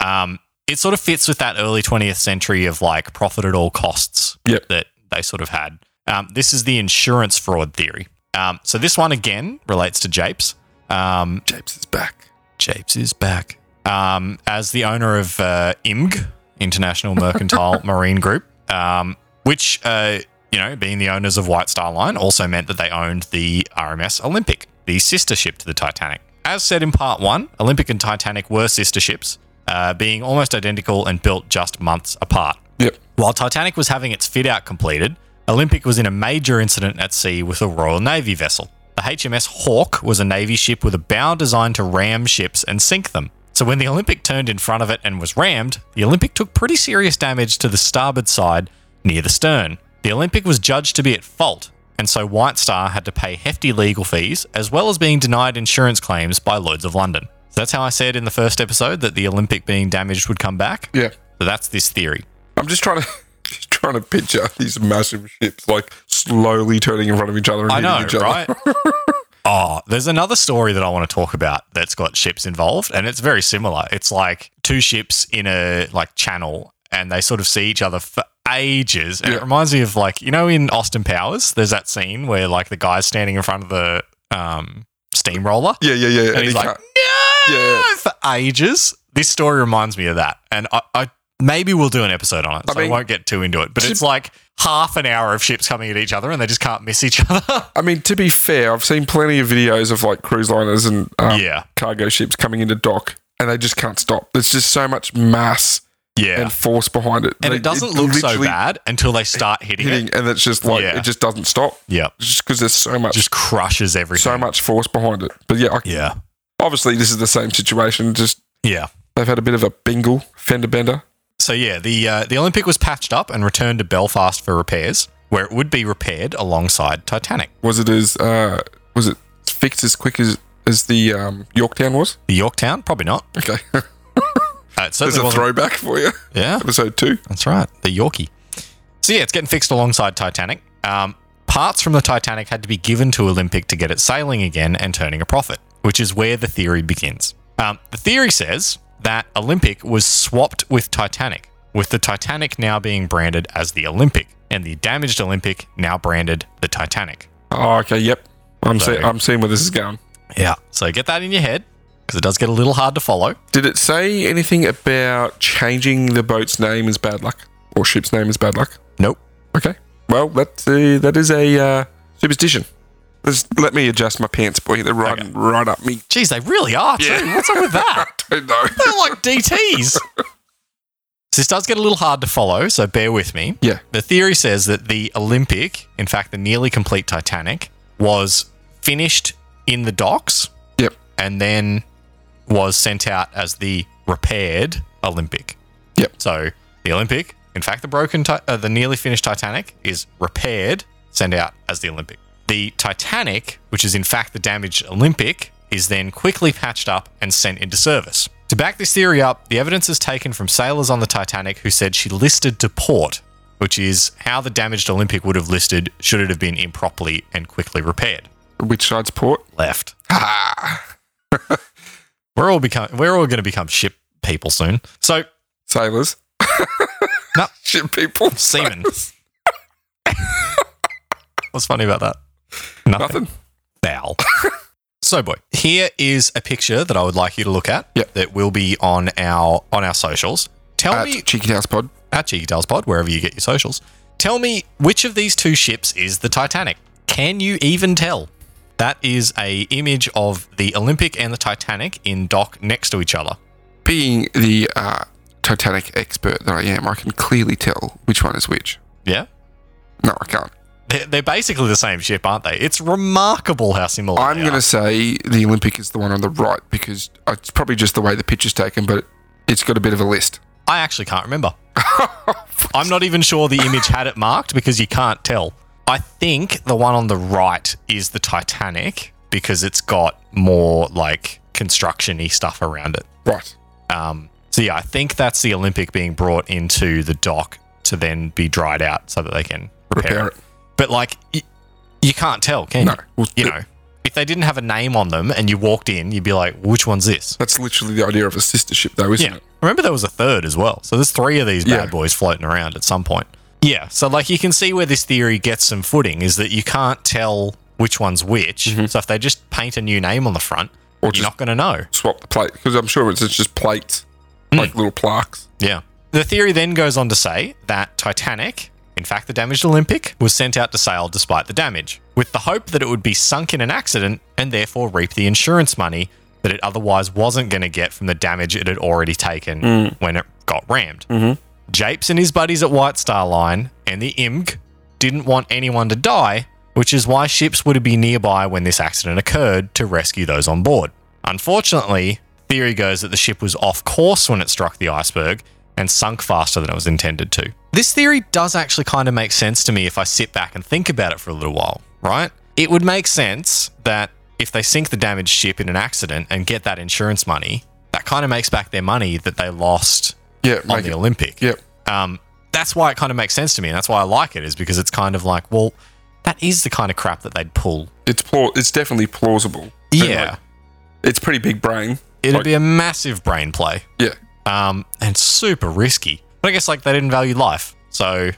[SPEAKER 2] yeah,
[SPEAKER 1] Um, it sort of fits with that early 20th century of like profit at all costs
[SPEAKER 2] Yep.
[SPEAKER 1] that they sort of had. Um, this is the insurance fraud theory. Um, so this one again relates to Japes. Um,
[SPEAKER 2] James is back.
[SPEAKER 1] Japes is back. Um, as the owner of uh, IMG, International Mercantile Marine Group, um, which, uh, you know, being the owners of White Star Line also meant that they owned the RMS Olympic, the sister ship to the Titanic. As said in part one, Olympic and Titanic were sister ships, uh, being almost identical and built just months apart.
[SPEAKER 2] Yep.
[SPEAKER 1] While Titanic was having its fit out completed, Olympic was in a major incident at sea with a Royal Navy vessel. The HMS Hawk was a Navy ship with a bow designed to ram ships and sink them. So when the Olympic turned in front of it and was rammed, the Olympic took pretty serious damage to the starboard side near the stern. The Olympic was judged to be at fault, and so White Star had to pay hefty legal fees as well as being denied insurance claims by Lloyds of London. So that's how I said in the first episode that the Olympic being damaged would come back.
[SPEAKER 2] Yeah.
[SPEAKER 1] So that's this theory.
[SPEAKER 2] I'm just trying to just trying to picture these massive ships like slowly turning in front of each other and
[SPEAKER 1] I
[SPEAKER 2] hitting
[SPEAKER 1] know,
[SPEAKER 2] each other.
[SPEAKER 1] right? oh, there's another story that I want to talk about that's got ships involved, and it's very similar. It's like two ships in a like channel, and they sort of see each other for ages. And it
[SPEAKER 2] Yeah.
[SPEAKER 1] reminds me of like you know in Austin Powers, there's that scene where like the guy's standing in front of the um, steamroller,
[SPEAKER 2] Yeah, yeah, yeah.
[SPEAKER 1] and he's like,
[SPEAKER 2] can't-
[SPEAKER 1] no,
[SPEAKER 2] Yeah.
[SPEAKER 1] for ages. This story reminds me of that, and I, I maybe we'll do an episode on it,
[SPEAKER 2] I
[SPEAKER 1] so I,
[SPEAKER 2] mean-
[SPEAKER 1] won't get too into it. But it's like half an hour of ships coming at each other, and they just can't miss each other.
[SPEAKER 2] I mean, to be fair, I've seen plenty of videos of like cruise liners and um,
[SPEAKER 1] yeah,
[SPEAKER 2] cargo ships coming into dock, and they just can't stop. There's just so much mass
[SPEAKER 1] yeah.
[SPEAKER 2] and force behind it,
[SPEAKER 1] and
[SPEAKER 2] They-
[SPEAKER 1] it doesn't look so
[SPEAKER 2] literally
[SPEAKER 1] bad until they start hitting,
[SPEAKER 2] Hitting,
[SPEAKER 1] it.
[SPEAKER 2] and it's just like
[SPEAKER 1] Yeah.
[SPEAKER 2] it just doesn't stop,
[SPEAKER 1] Yeah,
[SPEAKER 2] just because there's so much,
[SPEAKER 1] just crushes everything.
[SPEAKER 2] so much force behind it. But yeah, I,
[SPEAKER 1] Yeah,
[SPEAKER 2] obviously this is the same situation. Just
[SPEAKER 1] yeah.
[SPEAKER 2] they've had a bit of a bingle fender bender.
[SPEAKER 1] So yeah, the uh, the Olympic was patched up and returned to Belfast for repairs, where it would be repaired alongside Titanic.
[SPEAKER 2] Was it as uh, was it fixed as quick as as the um, Yorktown was?
[SPEAKER 1] The Yorktown, probably not.
[SPEAKER 2] Okay,
[SPEAKER 1] Uh, it
[SPEAKER 2] there's
[SPEAKER 1] certainly
[SPEAKER 2] a
[SPEAKER 1] wasn't-
[SPEAKER 2] throwback for you.
[SPEAKER 1] Yeah,
[SPEAKER 2] Episode two.
[SPEAKER 1] That's right, the Yorkie. So yeah, it's getting fixed alongside Titanic. Um, parts from the Titanic had to be given to Olympic to get it sailing again and turning a profit, which is where the theory begins. Um, the theory says that Olympic was swapped with Titanic, with the Titanic now being branded as the Olympic and the damaged Olympic now branded the Titanic.
[SPEAKER 2] Oh, okay. Yep. I'm
[SPEAKER 1] So-
[SPEAKER 2] see- I'm seeing where this is going.
[SPEAKER 1] Yeah. So get that in your head because it does get a little hard to follow.
[SPEAKER 2] Did it say anything about changing the boat's name as bad luck or ship's name as bad luck?
[SPEAKER 1] Nope.
[SPEAKER 2] Okay. Well, that's uh, that is a uh, superstition. Just let me adjust my pants, boy. They're riding right up me.
[SPEAKER 1] Geez, they really are too.
[SPEAKER 2] Yeah.
[SPEAKER 1] What's up with that?
[SPEAKER 2] Don't know.
[SPEAKER 1] They're like DTs. this does get a little hard to follow, so bear with me.
[SPEAKER 2] yeah.
[SPEAKER 1] The theory says that the Olympic, in fact, the nearly complete Titanic, was finished in the docks
[SPEAKER 2] Yep.
[SPEAKER 1] and then was sent out as the repaired Olympic.
[SPEAKER 2] Yep.
[SPEAKER 1] So the Olympic, in fact, the broken, ti- uh, the nearly finished Titanic is repaired, sent out as the Olympic. The Titanic, which is in fact the damaged Olympic, is then quickly patched up and sent into service. To back this theory up, the evidence is taken from sailors on the Titanic who said she listed to port, which is how the damaged Olympic would have listed should it have been improperly and quickly repaired.
[SPEAKER 2] Which side's port?
[SPEAKER 1] Left.
[SPEAKER 2] Ah,
[SPEAKER 1] We're all become we're all going to become ship people soon. So
[SPEAKER 2] sailors.
[SPEAKER 1] No.
[SPEAKER 2] Ship people.
[SPEAKER 1] seamen. What's funny about that? Nothing.
[SPEAKER 2] Nothing.
[SPEAKER 1] Foul. so boy, here is a picture that I would like you to look at.
[SPEAKER 2] Yep.
[SPEAKER 1] That will be on our on our socials. Tell
[SPEAKER 2] At
[SPEAKER 1] me
[SPEAKER 2] Cheeky House Pod.
[SPEAKER 1] at Cheeky Tales Pod, wherever you get your socials. Tell me which of these two ships is the Titanic? Can you even tell? That is a image of the Olympic and the Titanic in dock next to each other.
[SPEAKER 2] Being the uh, Titanic expert that I am, I can clearly tell which one is which.
[SPEAKER 1] Yeah.
[SPEAKER 2] No, I can't.
[SPEAKER 1] They're, they're basically the same ship, aren't they? It's remarkable how similar.
[SPEAKER 2] I'm
[SPEAKER 1] they
[SPEAKER 2] going
[SPEAKER 1] are.
[SPEAKER 2] to say the uh, Olympic is the one on the right because it's probably just the way the picture's taken, but it's got a bit of a list.
[SPEAKER 1] I actually can't remember. I'm not even sure the image had it marked because you can't tell. I think the one on the right is the Titanic because it's got more like construction y stuff around it.
[SPEAKER 2] Right.
[SPEAKER 1] Um, so yeah, I think that's the Olympic being brought into the dock to then be dried out so that they can repair,
[SPEAKER 2] Repair
[SPEAKER 1] it.
[SPEAKER 2] it.
[SPEAKER 1] But like, y- you can't tell, can
[SPEAKER 2] No.
[SPEAKER 1] you?
[SPEAKER 2] Well,
[SPEAKER 1] You
[SPEAKER 2] th-
[SPEAKER 1] know, if they didn't have a name on them and you walked in, you'd be like, which one's this?
[SPEAKER 2] That's literally the idea of a sister ship, though, isn't
[SPEAKER 1] Yeah.
[SPEAKER 2] it?
[SPEAKER 1] Remember there was a third as well. So there's three of these
[SPEAKER 2] Yeah.
[SPEAKER 1] bad boys floating around at some point. Yeah. So like you can see where this theory gets some footing is that you can't tell which one's which. So if they just paint a new name on the front,
[SPEAKER 2] Or
[SPEAKER 1] you're
[SPEAKER 2] just-
[SPEAKER 1] not going to know.
[SPEAKER 2] Swap the plate because I'm sure it's it's just plates,
[SPEAKER 1] Mm.
[SPEAKER 2] like little plaques.
[SPEAKER 1] Yeah. The theory then goes on to say that Titanic, in fact the damaged Olympic, was sent out to sail despite the damage, with the hope that it would be sunk in an accident and therefore reap the insurance money that it otherwise wasn't going to get from the damage it had already taken when it got rammed. Japes and his buddies at White Star Line and the IMG didn't want anyone to die, which is why ships would be nearby when this accident occurred to rescue those on board. Unfortunately, theory goes that the ship was off course when it struck the iceberg and sunk faster than it was intended to. This theory does actually kind of make sense to me if I sit back and think about it for a little while, right? It would make sense that if they sink the damaged ship in an accident and get that insurance money, that kind of makes back their money that they lost
[SPEAKER 2] Yeah,
[SPEAKER 1] on
[SPEAKER 2] make
[SPEAKER 1] the
[SPEAKER 2] it.
[SPEAKER 1] Olympic.
[SPEAKER 2] Yep.
[SPEAKER 1] Um, that's why it kind of makes sense to me, and that's why I like it, is because it's kind of like, well, that is the kind of crap that they'd pull.
[SPEAKER 2] It's pla- It's definitely plausible. And, like,
[SPEAKER 1] Yeah,
[SPEAKER 2] it's pretty big brain.
[SPEAKER 1] it'd
[SPEAKER 2] like-
[SPEAKER 1] be a massive brain play,
[SPEAKER 2] Yeah.
[SPEAKER 1] um, and super risky. But I guess like they didn't value life, so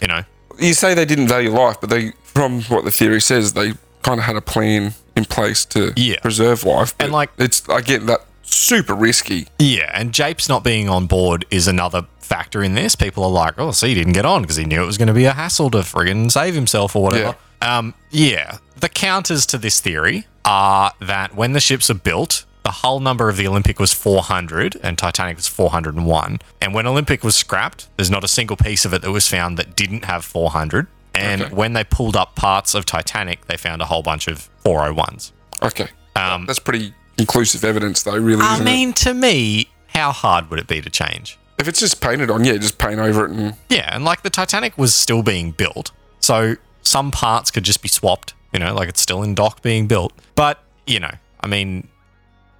[SPEAKER 1] you know,
[SPEAKER 2] You say they didn't value life, but they, from what the theory says, they kind of had a plan in place to
[SPEAKER 1] Yeah.
[SPEAKER 2] preserve life. but
[SPEAKER 1] And, like-
[SPEAKER 2] it's I get that super risky.
[SPEAKER 1] yeah. And Japes not being on board is another factor in this. People are like, oh, see, he didn't get on because he knew it was going to be a hassle to friggin' save himself or whatever. Um, yeah. The counters to this theory are that when the ships are built, the hull number of the Olympic was 400 and Titanic was 401. And when Olympic was scrapped, there's not a single piece of it that was found that didn't have 400. And
[SPEAKER 2] Okay.
[SPEAKER 1] when they pulled up parts of Titanic, they found a whole bunch of 401s.
[SPEAKER 2] Okay. Um, That's pretty conclusive evidence, though. Really,
[SPEAKER 1] I
[SPEAKER 2] isn't it?
[SPEAKER 1] mean, to me, how hard would it be to change?
[SPEAKER 2] If it's just painted on, yeah, just paint over it and
[SPEAKER 1] Yeah, and like the Titanic was still being built, so some parts could just be swapped. You know, like it's still in dock being built. But you know, I mean,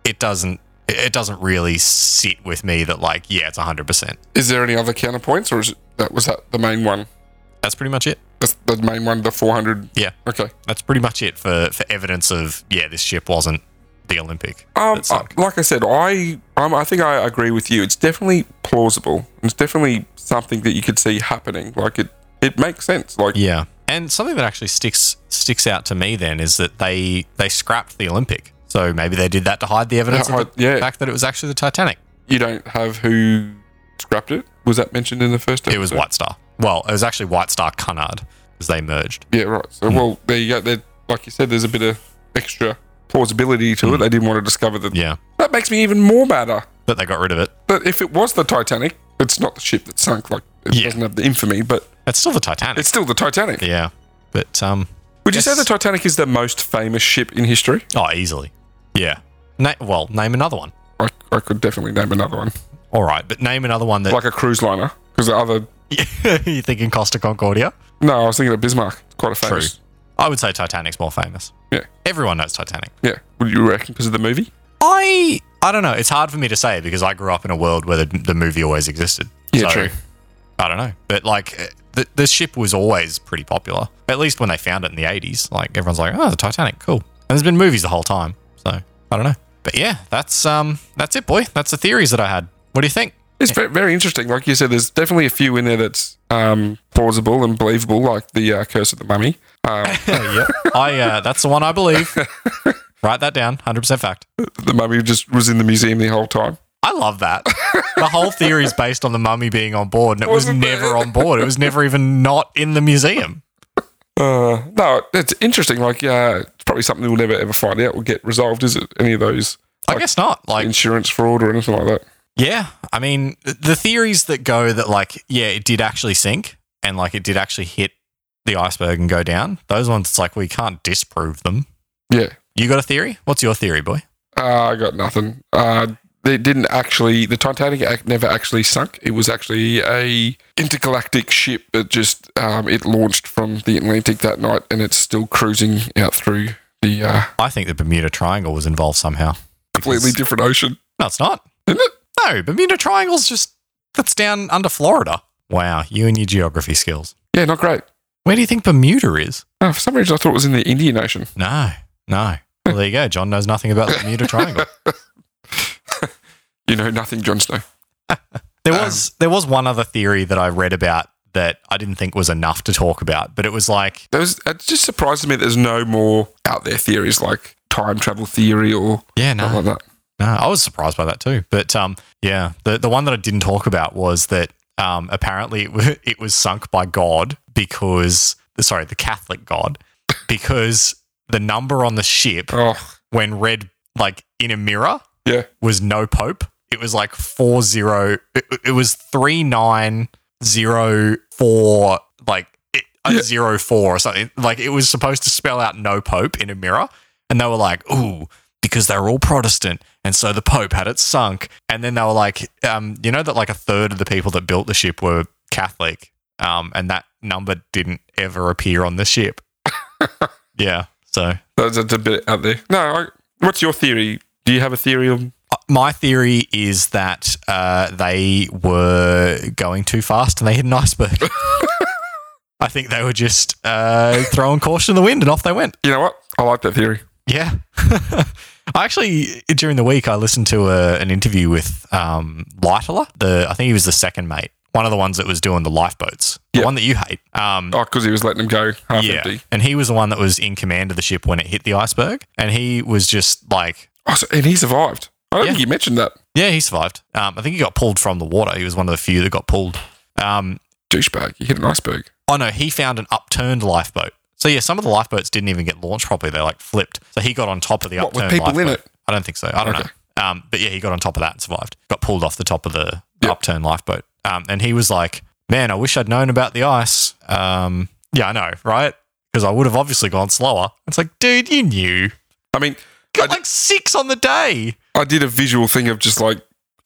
[SPEAKER 1] it doesn't. It doesn't really sit with me that like, yeah, it's hundred percent.
[SPEAKER 2] Is there any other counterpoints, or is it, that was that the main one?
[SPEAKER 1] That's pretty much it.
[SPEAKER 2] That's the main one, the 400.
[SPEAKER 1] Yeah,
[SPEAKER 2] Okay.
[SPEAKER 1] that's pretty much it for for evidence of yeah, this ship wasn't the Olympic.
[SPEAKER 2] Um,
[SPEAKER 1] that sunk.
[SPEAKER 2] uh, like I said, I um, I think I agree with you. It's definitely plausible. It's definitely something that you could see happening. Like it, it makes sense. Like
[SPEAKER 1] Yeah. And something that actually sticks sticks out to me then is that they they scrapped the Olympic. So maybe they did that to hide the evidence of the
[SPEAKER 2] Oh, Yeah.
[SPEAKER 1] fact that it was actually the Titanic.
[SPEAKER 2] you don't have who scrapped it. Was that mentioned in the first? Episode?
[SPEAKER 1] It was White Star. Well, it was actually White Star Cunard because they merged.
[SPEAKER 2] Yeah, right.
[SPEAKER 1] Hmm.
[SPEAKER 2] So well, there you go. There, like you said, there's a bit of extra plausibility to it. They didn't want to discover that.
[SPEAKER 1] Hmm. Yeah.
[SPEAKER 2] That makes me even more madder.
[SPEAKER 1] But they got rid of it.
[SPEAKER 2] But if it was the Titanic, it's not the ship that sunk. Like it
[SPEAKER 1] Yeah.
[SPEAKER 2] doesn't have the infamy, but
[SPEAKER 1] It's still the Titanic.
[SPEAKER 2] it's still the Titanic.
[SPEAKER 1] yeah. But, um,
[SPEAKER 2] Would you say
[SPEAKER 1] Yes.
[SPEAKER 2] the Titanic is the most famous ship in history?
[SPEAKER 1] oh, easily. Yeah. Na- well, name another one.
[SPEAKER 2] I, I could definitely name another one,
[SPEAKER 1] All right. But name another one that
[SPEAKER 2] like a cruise liner, because the other.
[SPEAKER 1] you're thinking Costa Concordia.
[SPEAKER 2] No, I was thinking of Bismarck. It's quite a famous.
[SPEAKER 1] I would say Titanic's more famous.
[SPEAKER 2] Yeah,
[SPEAKER 1] Everyone knows Titanic.
[SPEAKER 2] yeah. Would you reckon because of the movie?
[SPEAKER 1] I, I don't know. It's hard for me to say because I grew up in a world where the, the movie always existed. So, I don't know. But like, eh, the, the ship was always pretty popular, at least when they found it in the 80s. Like, everyone's like, oh, the Titanic, cool. And there's been movies the whole time. So, I don't know. But yeah, that's um, that's it, boy. That's the theories that I had. What do you think?
[SPEAKER 2] It's ve- very interesting. Like you said, there's definitely a few in there that's um, plausible and believable, like the uh, Curse of the Mummy. Um,
[SPEAKER 1] Oh, yeah, I uh, that's the one I believe. Write that down, hundred percent fact.
[SPEAKER 2] the mummy just was in the museum the whole time.
[SPEAKER 1] I love that. The whole theory is based on the mummy being on board, and it was
[SPEAKER 2] Wasn't
[SPEAKER 1] never on board. It was never even not in the museum.
[SPEAKER 2] Uh, no, it's interesting. Like, uh, it's probably something we'll never ever find out or get resolved, is it? Any of those
[SPEAKER 1] I guess not. Like,
[SPEAKER 2] insurance fraud or anything like that?
[SPEAKER 1] Yeah, I mean th- the theories that go that like yeah, it did actually sink and like it did actually hit the iceberg and go down. Those ones, it's like we can't disprove them.
[SPEAKER 2] Yeah.
[SPEAKER 1] You got a theory? What's your theory, boy?
[SPEAKER 2] Uh, I got nothing. Uh, They didn't actually. The Titanic ac- never actually sunk. It was actually a intergalactic ship that just um, it launched from the Atlantic that night, and it's still cruising out through the uh,
[SPEAKER 1] I think the Bermuda Triangle was involved somehow.
[SPEAKER 2] completely different ocean.
[SPEAKER 1] No, it's not.
[SPEAKER 2] Isn't it?
[SPEAKER 1] No, Bermuda Triangle's just that's down under Florida. Wow, you and your geography skills.
[SPEAKER 2] Yeah, not great.
[SPEAKER 1] Where do you think Bermuda is?
[SPEAKER 2] Oh, for some reason, I thought it was in the Indian Ocean.
[SPEAKER 1] No, no. Well, there you go. John knows nothing about the Bermuda Triangle.
[SPEAKER 2] You know nothing, Jon Snow.
[SPEAKER 1] There was there was one other theory that I read about that I didn't think was enough to talk about, but it was like
[SPEAKER 2] There was, it just surprises me that there's no more out there theories like time travel theory or
[SPEAKER 1] yeah, no,
[SPEAKER 2] something like that.
[SPEAKER 1] No, I was surprised by that too. But um, yeah, the the one that I didn't talk about was that um, apparently it, w- it was sunk by God because sorry, the Catholic God because the number on the ship
[SPEAKER 2] Oh,
[SPEAKER 1] when read like in a mirror
[SPEAKER 2] yeah.
[SPEAKER 1] was no pope. It was like four zero. It, it was three nine zero four like it, uh,
[SPEAKER 2] Yeah.
[SPEAKER 1] zero four or something. Like it was supposed to spell out no pope in a mirror, and they were like, ooh, because they were all Protestant, and so the pope had it sunk. And then they were like, um, you know that like a third of the people that built the ship were Catholic, um, and that number didn't ever appear on the ship. yeah, so
[SPEAKER 2] That's, that's a bit out there. No, I, what's your theory? Do you have a theory on?
[SPEAKER 1] My theory is that uh, they were going too fast and they hit an iceberg. I think they were just uh, throwing caution to the wind and off they went.
[SPEAKER 2] You know what? I like that theory.
[SPEAKER 1] Yeah. I actually, during the week, I listened to a, an interview with um, Lightler. The I think he was the second mate, one of the ones that was doing the lifeboats, the
[SPEAKER 2] Yeah.
[SPEAKER 1] one that you hate. Um,
[SPEAKER 2] Oh, because he was letting him go half empty.
[SPEAKER 1] And he was the one that was in command of the ship when it hit the iceberg. And he was just like,
[SPEAKER 2] Oh, so, and he survived. I don't
[SPEAKER 1] Yeah.
[SPEAKER 2] think you mentioned that.
[SPEAKER 1] Yeah, he survived. Um, I think he got pulled from the water. He was one of the few that got pulled. Um,
[SPEAKER 2] Douchebag. He hit an iceberg.
[SPEAKER 1] oh no, he found an upturned lifeboat. So yeah, some of the lifeboats didn't even get launched properly. They like flipped. So he got on top of the
[SPEAKER 2] What, with
[SPEAKER 1] upturned
[SPEAKER 2] people in
[SPEAKER 1] lifeboat.
[SPEAKER 2] it?
[SPEAKER 1] I don't think so. I don't
[SPEAKER 2] Okay.
[SPEAKER 1] know. Um, but yeah, he got on top of that and survived. Got pulled off the top of the
[SPEAKER 2] Yeah.
[SPEAKER 1] upturned lifeboat. Um, and he was like, "Man, I wish I'd known about the ice." Um, yeah, I know, right? Because I would have obviously gone slower. It's like, dude, you knew.
[SPEAKER 2] I mean, I
[SPEAKER 1] Got
[SPEAKER 2] d-
[SPEAKER 1] like six on the day.
[SPEAKER 2] I did a visual thing of just like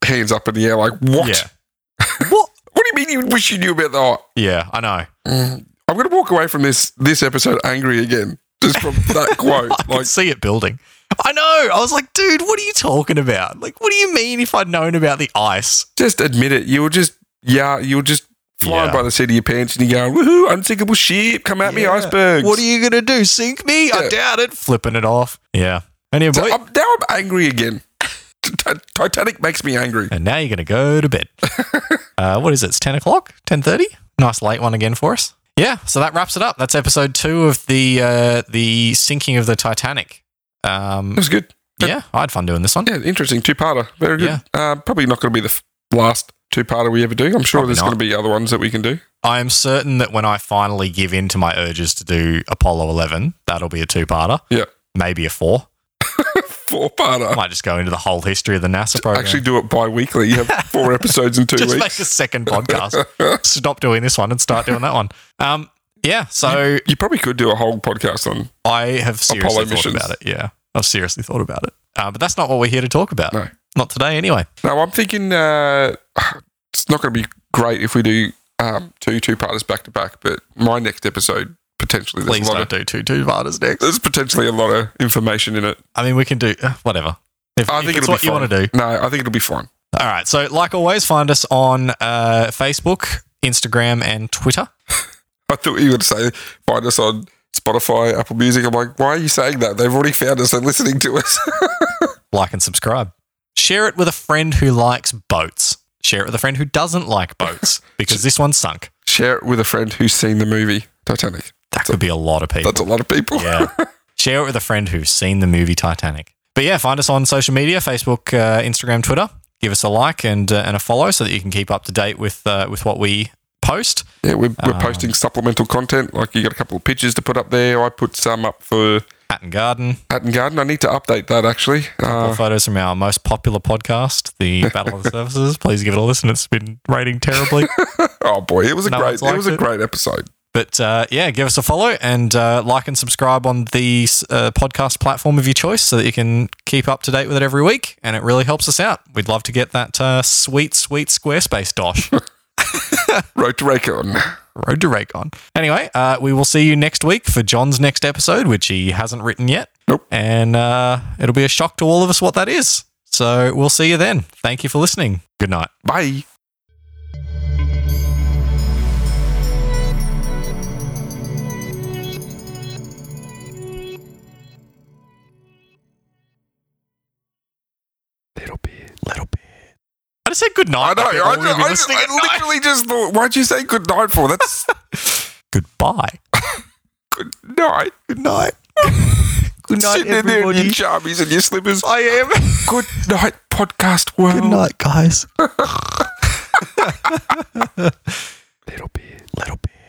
[SPEAKER 2] hands up in the air, like, what?
[SPEAKER 1] Yeah. what?
[SPEAKER 2] What do you mean you wish you knew about that?
[SPEAKER 1] Yeah, I know.
[SPEAKER 2] Mm, I'm going to walk away from this this episode angry again, just from that quote.
[SPEAKER 1] I could
[SPEAKER 2] like,
[SPEAKER 1] see it building. I know. I was like, dude, what are you talking about? Like, what do you mean if I'd known about the ice?
[SPEAKER 2] just admit it. You were just, yeah, you were just flying
[SPEAKER 1] Yeah.
[SPEAKER 2] by the seat of your pants and you go, woohoo, unsinkable ship, come at me,
[SPEAKER 1] Yeah.
[SPEAKER 2] icebergs.
[SPEAKER 1] What are you going to do? Sink me? I
[SPEAKER 2] Yeah.
[SPEAKER 1] doubt it. Flipping it off. Yeah. And, you're
[SPEAKER 2] So
[SPEAKER 1] like-
[SPEAKER 2] I'm, now I'm angry again. T- Ti- Titanic makes me angry.
[SPEAKER 1] and now you're going to go to bed. uh, what is it? It's 10 o'clock? 10.30? Nice late one again for us. Yeah. So that wraps it up. That's episode two of the uh, the sinking of the Titanic.
[SPEAKER 2] It
[SPEAKER 1] Um,
[SPEAKER 2] was good.
[SPEAKER 1] yeah. I had fun doing this one.
[SPEAKER 2] Yeah, interesting. Two parter. Very good. Uh, probably not going to be the f- last two parter we ever do. I'm sure
[SPEAKER 1] Probably
[SPEAKER 2] there's
[SPEAKER 1] not.
[SPEAKER 2] going to be other ones that we can do.
[SPEAKER 1] I am certain that when I finally give in to my urges to do Apollo 11, that'll be a two parter.
[SPEAKER 2] Yeah.
[SPEAKER 1] Maybe a four.
[SPEAKER 2] Four parter.
[SPEAKER 1] might just go into the whole history of the NASA program.
[SPEAKER 2] Actually, do it bi weekly. You have four episodes in two
[SPEAKER 1] just
[SPEAKER 2] weeks.
[SPEAKER 1] make a second podcast. Stop doing this one and start doing that one. Um, yeah. So
[SPEAKER 2] You probably could do a whole podcast on.
[SPEAKER 1] I have seriously
[SPEAKER 2] Apollo
[SPEAKER 1] thought
[SPEAKER 2] missions.
[SPEAKER 1] about it. Yeah, I've seriously thought about it. Uh, but that's not what we're here to talk about.
[SPEAKER 2] No.
[SPEAKER 1] Not today, anyway.
[SPEAKER 2] No, I'm thinking uh, it's not going to be great if we do um, two two parters back to back. But my next episode potentially there's
[SPEAKER 1] Please
[SPEAKER 2] a lot
[SPEAKER 1] don't
[SPEAKER 2] of,
[SPEAKER 1] do two two parters next.
[SPEAKER 2] there's potentially a lot of information in it.
[SPEAKER 1] I mean, we can do uh, whatever. If,
[SPEAKER 2] I
[SPEAKER 1] if
[SPEAKER 2] think
[SPEAKER 1] it's
[SPEAKER 2] it'll
[SPEAKER 1] what
[SPEAKER 2] be
[SPEAKER 1] you
[SPEAKER 2] fine.
[SPEAKER 1] want to do.
[SPEAKER 2] No, I think it'll be fine.
[SPEAKER 1] All right. So, like always, find us on uh, Facebook, Instagram, and Twitter.
[SPEAKER 2] I thought you were going to say find us on Spotify, Apple Music. I'm like, why are you saying that? They've already found us. They're listening to us.
[SPEAKER 1] like and subscribe. Share it with a friend who likes boats. Share it with a friend who doesn't like boats because this one sunk.
[SPEAKER 2] Share it with a friend who's seen the movie Titanic.
[SPEAKER 1] That could be a lot of people.
[SPEAKER 2] That's a lot of people.
[SPEAKER 1] Yeah. Share it with a friend who's seen the movie Titanic. But yeah, find us on social media Facebook, uh, Instagram, Twitter. Give us a like and uh, and a follow so that you can keep up to date with uh, with what we post.
[SPEAKER 2] Yeah, we're,
[SPEAKER 1] Um,
[SPEAKER 2] we're posting supplemental content. Like you got a couple of pictures to put up there. I put some up for
[SPEAKER 1] Hatton Garden,
[SPEAKER 2] Hatton Garden. I need to update that actually.
[SPEAKER 1] more
[SPEAKER 2] Uh,
[SPEAKER 1] photos from our most popular podcast, the Battle of the Services. Please give it a listen. It's been rating terribly.
[SPEAKER 2] oh boy, it was a
[SPEAKER 1] No one's
[SPEAKER 2] great it was
[SPEAKER 1] liked
[SPEAKER 2] a
[SPEAKER 1] it.
[SPEAKER 2] great episode.
[SPEAKER 1] But uh, yeah, give us a follow and uh, like and subscribe on the uh, podcast platform of your choice so that you can keep up to date with it every week. And it really helps us out. We'd love to get that uh, sweet, sweet Squarespace dosh.
[SPEAKER 2] Road to Raycon.
[SPEAKER 1] Road to Raycon. Anyway, uh, we will see you next week for John's next episode, which he hasn't written yet.
[SPEAKER 2] Nope.
[SPEAKER 1] And uh, it'll be a shock to all of us what that is. So we'll see you then. Thank you for listening. Good night.
[SPEAKER 2] Bye. Little bit. Little bit.
[SPEAKER 1] I just said good
[SPEAKER 2] I
[SPEAKER 1] night.
[SPEAKER 2] know. I,
[SPEAKER 1] people
[SPEAKER 2] I,
[SPEAKER 1] were gonna be
[SPEAKER 2] I,
[SPEAKER 1] listening at
[SPEAKER 2] I
[SPEAKER 1] night.
[SPEAKER 2] literally just thought, why'd you say good night for? That's
[SPEAKER 1] Goodbye.
[SPEAKER 2] good night.
[SPEAKER 1] Good night. good
[SPEAKER 2] Sitting in there in your jammies and your slippers.
[SPEAKER 1] I am.
[SPEAKER 2] Good night, podcast world.
[SPEAKER 1] guys.
[SPEAKER 2] Little bit. Little bit.